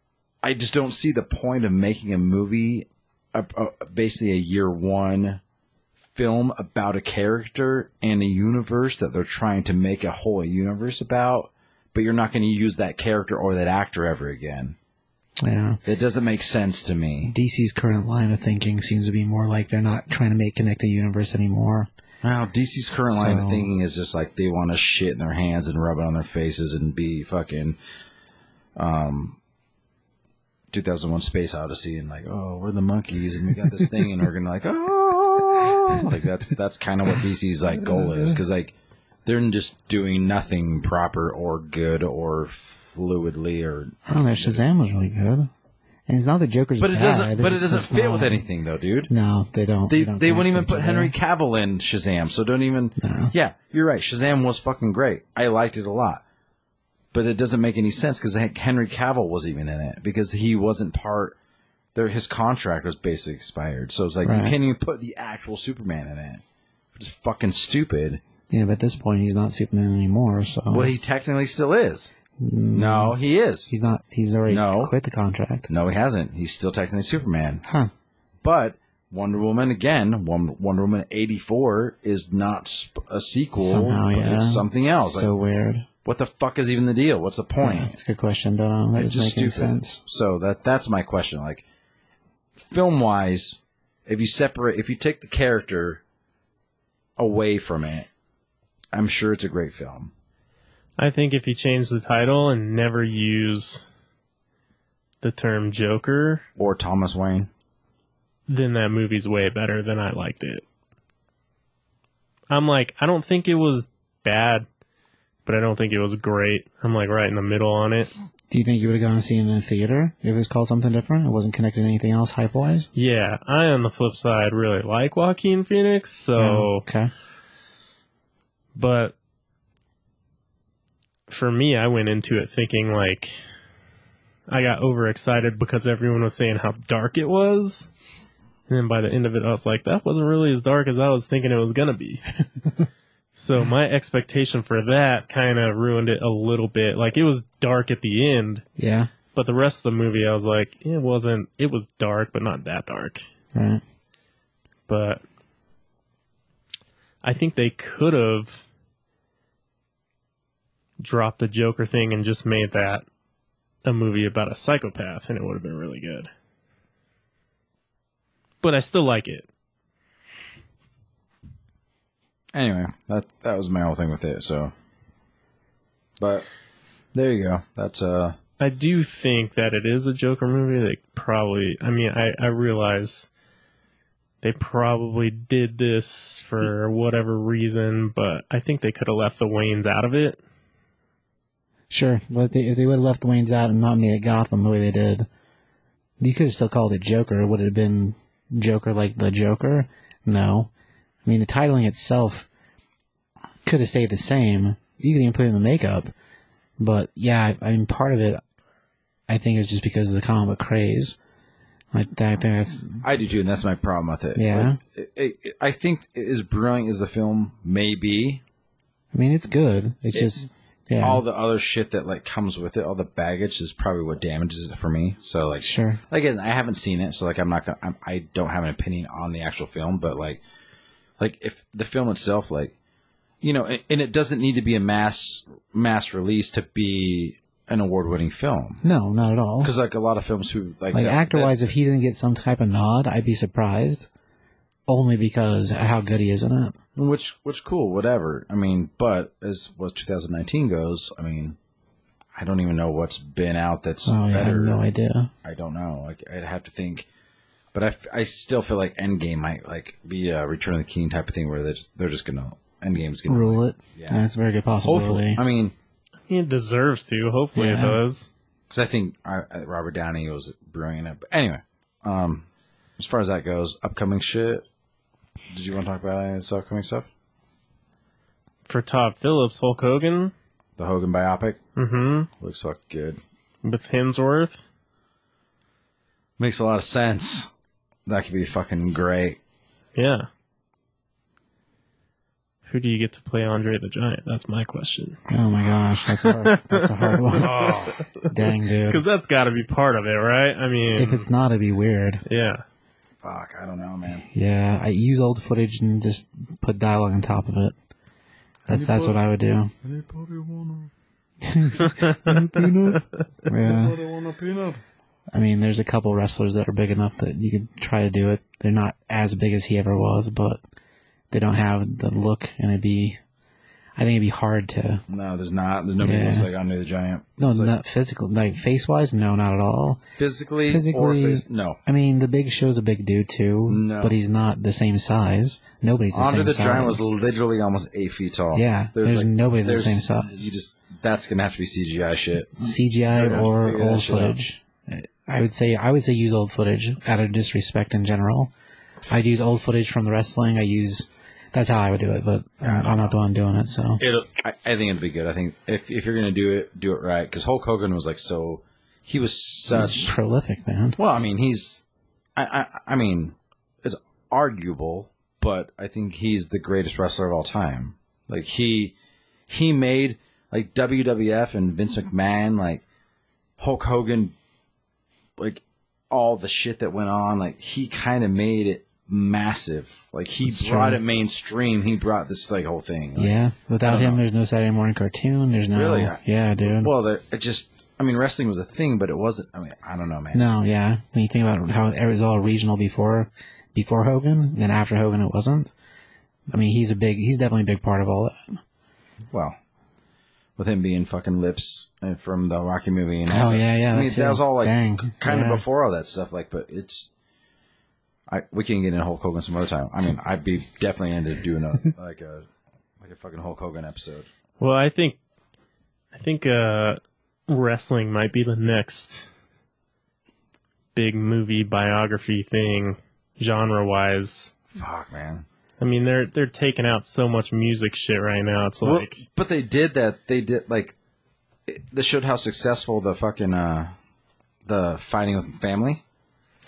Speaker 1: I just don't see the point of making a movie, a, a- basically a year one film about a character and a universe that they're trying to make a whole universe about, but you're not going to use that character or that actor ever again.
Speaker 2: Yeah.
Speaker 1: That doesn't make sense to me.
Speaker 2: DC's current line of thinking seems to be more like they're not trying to make connected universe anymore.
Speaker 1: Now, DC's current line of
Speaker 2: So-
Speaker 1: thinking is just like they want to shit in their hands and rub it on their faces and be fucking, um, 2001 Space Odyssey and like, oh, we're the monkeys and we got this thing and we're gonna like, <laughs> oh, like that's that's kind of what DC's like goal is because like they're just doing nothing proper or good or fluidly or,
Speaker 2: I don't know. Shazam was really good, and it's not that Joker's
Speaker 1: but it
Speaker 2: bad.
Speaker 1: doesn't, but it
Speaker 2: it's
Speaker 1: doesn't
Speaker 2: just
Speaker 1: fit
Speaker 2: not-
Speaker 1: with anything though, dude.
Speaker 2: No, they don't.
Speaker 1: They,
Speaker 2: don't
Speaker 1: they wouldn't even
Speaker 2: connect
Speaker 1: put
Speaker 2: each
Speaker 1: Henry
Speaker 2: other.
Speaker 1: Cavill in Shazam, so don't even.
Speaker 2: No.
Speaker 1: Yeah, you're right. Shazam was fucking great. I liked it a lot, but it doesn't make any sense because Henry Cavill was even in it because he wasn't part. There, his contract was basically expired, so it's like you
Speaker 2: Right.
Speaker 1: can't even put the actual Superman in it. Which is fucking stupid.
Speaker 2: Yeah, but at this point, he's not Superman anymore. So
Speaker 1: Well, he technically still is.
Speaker 2: Mm,
Speaker 1: No, he is.
Speaker 2: he's not. He's already
Speaker 1: No.
Speaker 2: quit the contract.
Speaker 1: No, he hasn't. He's still technically Superman.
Speaker 2: Huh?
Speaker 1: But Wonder Woman again, Won- Wonder Woman eighty four is not sp- a sequel.
Speaker 2: Somehow,
Speaker 1: but
Speaker 2: yeah.
Speaker 1: it's something else. Like,
Speaker 2: So weird.
Speaker 1: what the fuck is even the deal? What's the
Speaker 2: Yeah,
Speaker 1: point?
Speaker 2: it's a good question. Don't know. That
Speaker 1: it's
Speaker 2: doesn't
Speaker 1: just
Speaker 2: make any
Speaker 1: stupid.
Speaker 2: sense.
Speaker 1: So that that's my question. Like, film wise, if you separate, if you take the character away from it, I'm sure it's a great film.
Speaker 3: I think if you change the title and never use the term Joker,
Speaker 1: Or Thomas Wayne.
Speaker 3: then that movie's way better than I liked it. I'm like, I don't think it was bad, but I don't think it was great. I'm like right in the middle on it.
Speaker 2: Do you think you would have gone to see it in a theater if it was called something different? It wasn't connected to anything else hype wise?
Speaker 3: Yeah, I on the flip side really like Joaquin Phoenix, so
Speaker 2: okay.
Speaker 3: but for me, I went into it thinking like I got overexcited because everyone was saying how dark it was. And then by the end of it, I was like, that wasn't really as dark as I was thinking it was going to be. so my expectation for that kind of ruined it a little bit. Like it was dark at the end,
Speaker 2: Yeah.
Speaker 3: but the rest of the movie, I was like, it wasn't, it was dark, but not that dark
Speaker 2: Right.
Speaker 3: but I think they could have dropped the Joker thing and just made that a movie about a psychopath, and it would have been really good. But I still like it.
Speaker 1: Anyway, that that was my whole thing with it. So, but there you go. That's uh
Speaker 3: I do think that it is a Joker movie. They probably, I mean, I, I realize they probably did this for whatever reason, but I think they could have left the Waynes out of it.
Speaker 2: Sure. But they, if they would have left the Wayne's out and not made it Gotham the way they did, you could have still called it Joker. Would it have been Joker like the Joker? No. I mean, the titling itself could have stayed the same. You could even put in the makeup. But yeah, I, I mean, part of it, I think, is just because of the comic book craze. Like, I think that's
Speaker 1: I do too, and that's my problem with it.
Speaker 2: Yeah.
Speaker 1: Like, it, it, I think as brilliant as the film may be,
Speaker 2: I mean, it's good. It's just yeah,
Speaker 1: all the other shit that like comes with it, all the baggage is probably what damages it for me. So like,
Speaker 2: sure.
Speaker 1: again, I haven't seen it, so like I'm not gonna, I'm, I don't have an opinion on the actual film, but like, like if the film itself, like, you know, and, and it doesn't need to be a mass mass release to be an award winning film.
Speaker 2: No, not at all.
Speaker 1: Because like a lot of films who like,
Speaker 2: Like
Speaker 1: that-
Speaker 2: actor
Speaker 1: that-
Speaker 2: wise, if he didn't get some type of nod, I'd be surprised. Only because of how good he is in it.
Speaker 1: which which cool, whatever. I mean, but as what 2019 goes, I mean, I don't even know what's been out that's
Speaker 2: Oh yeah, I have
Speaker 1: better.
Speaker 2: no idea.
Speaker 1: I don't know. Like I'd have to think, but I, f- I still feel like Endgame might like be a Return of the King type of thing where they're just, they're just gonna Endgame's gonna
Speaker 2: Rule it.
Speaker 1: Yeah.
Speaker 2: Yeah, that's a very good
Speaker 1: Hopefully,
Speaker 2: possibility.
Speaker 1: I mean,
Speaker 3: It deserves to. Hopefully it
Speaker 2: Yeah.
Speaker 3: does.
Speaker 1: because I think I, I- Robert Downey was brilliant. At, but anyway, um, as far as that goes, upcoming shit. Did you want to talk about any of this upcoming stuff?
Speaker 3: for Todd Phillips, Hulk Hogan,
Speaker 1: The Hogan biopic
Speaker 3: hmm
Speaker 1: looks like good.
Speaker 3: with Hemsworth.
Speaker 1: Makes a lot of sense. That could be fucking great.
Speaker 3: Yeah. Who do you get to play Andre the Giant? That's my question.
Speaker 2: Oh my gosh, that's hard. that's a
Speaker 1: <laughs>
Speaker 2: hard one.
Speaker 1: Oh.
Speaker 3: Because
Speaker 2: Dang dude.
Speaker 3: that's got to be part of it, right? I mean,
Speaker 2: If it's not, it'd be weird.
Speaker 3: yeah.
Speaker 1: Fuck, I don't know, man.
Speaker 2: Yeah, I use old footage and just put dialogue on top of it. That's that's what I would do.
Speaker 1: Anybody want
Speaker 2: <laughs> Yeah.
Speaker 1: a peanut?
Speaker 2: I mean, there's a couple wrestlers that are big enough that you could try to do it. They're not as big as he ever was, but they don't have the look, and it'd be, I think it'd be hard to.
Speaker 1: No, there's not. There's nobody
Speaker 2: Yeah.
Speaker 1: who's like Andre the Giant.
Speaker 2: No,
Speaker 1: It's like
Speaker 2: not physical, like face wise, no, not at all.
Speaker 1: physically, or
Speaker 2: physically-
Speaker 1: phys- no.
Speaker 2: I mean, the Big Show's a big dude too,
Speaker 1: No.
Speaker 2: but he's not the same size. Nobody's the
Speaker 1: Andre
Speaker 2: same
Speaker 1: the
Speaker 2: size.
Speaker 1: Giant was literally almost eight feet tall.
Speaker 2: Yeah, there's nobody the
Speaker 1: there's-
Speaker 2: same size.
Speaker 1: You just that's gonna have to be CGI shit.
Speaker 2: CGI
Speaker 1: Yeah,
Speaker 2: or
Speaker 1: figure that
Speaker 2: old
Speaker 1: shit out.
Speaker 2: footage. I would say I would say use old footage out of disrespect in general. I'd use old footage from the wrestling. I use that's how I would do it, but uh, I'm not the one doing it. So
Speaker 1: It'll, I, I think it'd be good. I think if if you're gonna do it, do it right. Because Hulk Hogan was like so, he was
Speaker 2: it's
Speaker 1: such.
Speaker 2: prolific, man.
Speaker 1: Well, I mean, he's, I, I, I mean, it's arguable, but I think he's the greatest wrestler of all time. Like he, he made like WWF and Vince McMahon, like Hulk Hogan, like all the shit that went on. Like he kind of made it massive. Like he
Speaker 2: That's
Speaker 1: brought
Speaker 2: true.
Speaker 1: it mainstream. He brought this like whole thing. Like,
Speaker 2: Yeah, without
Speaker 1: don't
Speaker 2: him,
Speaker 1: know.
Speaker 2: there's no Saturday morning cartoon. There's no
Speaker 1: Really?
Speaker 2: yeah, dude.
Speaker 1: Well, there, it just, I mean, wrestling was a thing, but it wasn't. I mean, I don't know, man.
Speaker 2: no, yeah. When you think about how it was all regional before before Hogan, then after Hogan, it wasn't. I mean, he's a big. He's definitely a big part of all that.
Speaker 1: Well, with him being fucking lips and from the Rocky movie and all
Speaker 2: Oh
Speaker 1: that.
Speaker 2: yeah, yeah.
Speaker 1: I mean,
Speaker 2: too.
Speaker 1: that was all like
Speaker 2: Dang.
Speaker 1: kind
Speaker 2: Yeah.
Speaker 1: of before all that stuff. Like, but it's. I, we can get into Hulk Hogan some other time. I mean, I'd be definitely into doing
Speaker 2: <laughs>
Speaker 1: a like a like a fucking Hulk Hogan episode.
Speaker 3: Well, I think, I think uh, wrestling might be the next big movie biography thing, genre wise.
Speaker 1: Fuck, man.
Speaker 3: I mean, they're they're taking out so much music shit right now. It's
Speaker 1: Well,
Speaker 3: like
Speaker 1: but they did that. They did like it- this showed how successful the fucking uh the fighting with family.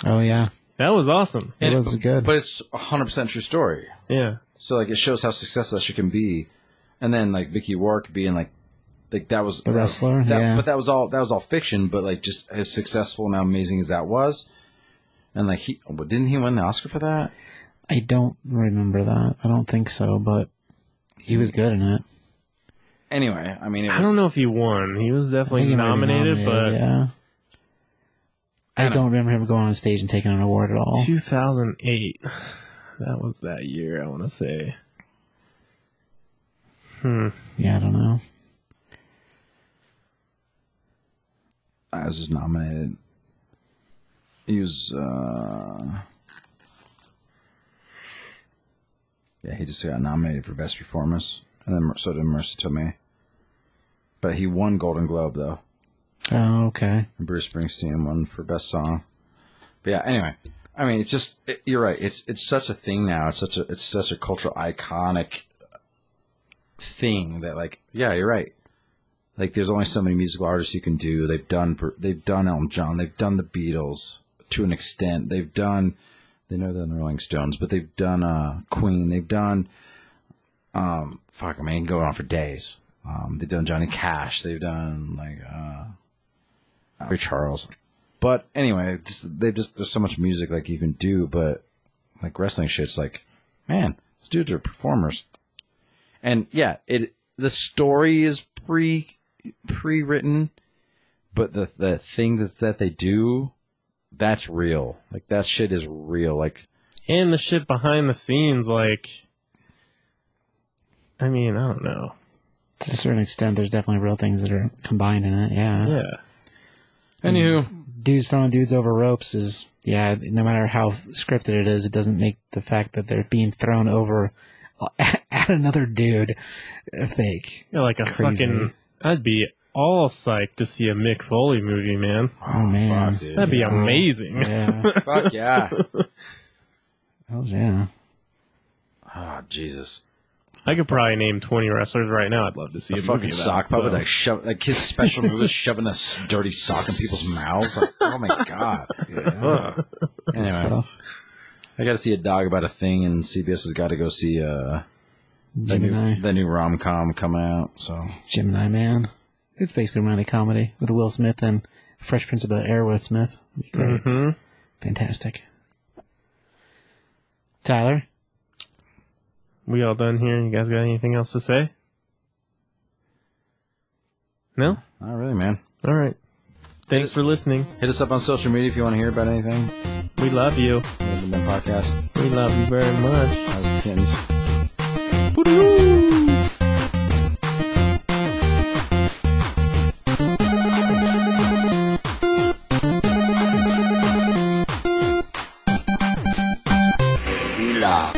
Speaker 2: Oh yeah,
Speaker 3: that was awesome.
Speaker 2: it
Speaker 1: And
Speaker 2: was good.
Speaker 1: But it's hundred percent true story.
Speaker 3: Yeah,
Speaker 1: So like it shows how successful that shit can be. And then like Vicky Wark being like like that was
Speaker 2: The wrestler,
Speaker 1: that-
Speaker 2: yeah.
Speaker 1: But that was all that was all fiction. But like just as successful and how amazing as that was, and like he well, didn't he win the Oscar for that?
Speaker 2: I don't remember that. I don't think so, but he was good in it.
Speaker 1: Anyway, I mean, it was,
Speaker 3: I don't know if he won. He was
Speaker 2: I think
Speaker 3: definitely
Speaker 2: he might have been
Speaker 3: nominated,
Speaker 2: yeah. I
Speaker 1: I
Speaker 2: just don't remember him going on stage and taking an award at
Speaker 3: but
Speaker 2: all.
Speaker 3: 2008. That was that year. I want to say. Hmm.
Speaker 2: Yeah, I don't know.
Speaker 1: I was just nominated. He was. Uh, yeah, he just got nominated for best performance, and then Mer- so did Marissa Tomei. But he won Golden Globe though.
Speaker 2: Oh, okay.
Speaker 1: And Bruce Springsteen won for best song. But yeah, anyway, I mean, it's just it, you're right. It's it's such a thing now. It's such a it's such a cultural iconic thing that like yeah, you're right. Like there's only so many musical artists you can do. They've done Br- they've done Elton John. They've done the Beatles to an extent. They've done they know they're the Rolling Stones, but they've done uh Queen. They've done um fuck I mean going on for days. Um, they've done Johnny Cash. They've done like uh Ray Charles. But anyway, just, they just there's so much music like you can do, but like wrestling shit's like, man, these dudes are performers. And yeah, it the story is pre pre written, but the the thing that that they do, that's real. Like that shit is real. Like
Speaker 3: and the shit behind the scenes like i mean i don't know
Speaker 2: To a certain extent, there's definitely real things that are combined in it. Yeah.
Speaker 3: yeah
Speaker 1: anywho,
Speaker 2: Dudes throwing dudes over ropes is, yeah, no matter how scripted it is, it doesn't make the fact that they're being thrown over <laughs> at another dude fake.
Speaker 3: Yeah, like a
Speaker 2: Crazy.
Speaker 3: fucking i'd be all psyched to see a mick foley movie man
Speaker 2: Oh, man.
Speaker 1: fuck, dude.
Speaker 3: that'd be
Speaker 2: Yeah.
Speaker 3: amazing
Speaker 1: <laughs>
Speaker 2: Yeah.
Speaker 1: fuck yeah.
Speaker 2: Oh, yeah.
Speaker 1: Oh Jesus,
Speaker 3: i could probably name 20 wrestlers right now i'd love to see
Speaker 1: the
Speaker 3: a
Speaker 1: fucking
Speaker 3: movie
Speaker 1: sock
Speaker 3: about,
Speaker 1: puppet
Speaker 3: so.
Speaker 1: like shove like his special move is shoving a s- dirty sock in people's mouths. Like, oh my god. Ugh.
Speaker 2: Good
Speaker 1: Anyway,
Speaker 2: stuff.
Speaker 1: I got to see a dog about a thing, and CBS has got to go see uh, the
Speaker 2: Gemini.
Speaker 1: new the new rom com coming out. So
Speaker 2: Gemini Man. It's basically a romantic comedy with Will Smith and Fresh Prince of the Air with Smith. It'd be Great.
Speaker 3: Mhm.
Speaker 2: Fantastic. Tyler?
Speaker 3: we all done here you guys got anything else to say no
Speaker 1: not really, man.
Speaker 3: all right thanks for listening
Speaker 1: Hit us up on social media if you want to hear about anything.
Speaker 3: we love you
Speaker 1: This has been podcast.
Speaker 3: we love you very much
Speaker 1: I was kittens.
Speaker 5: Love.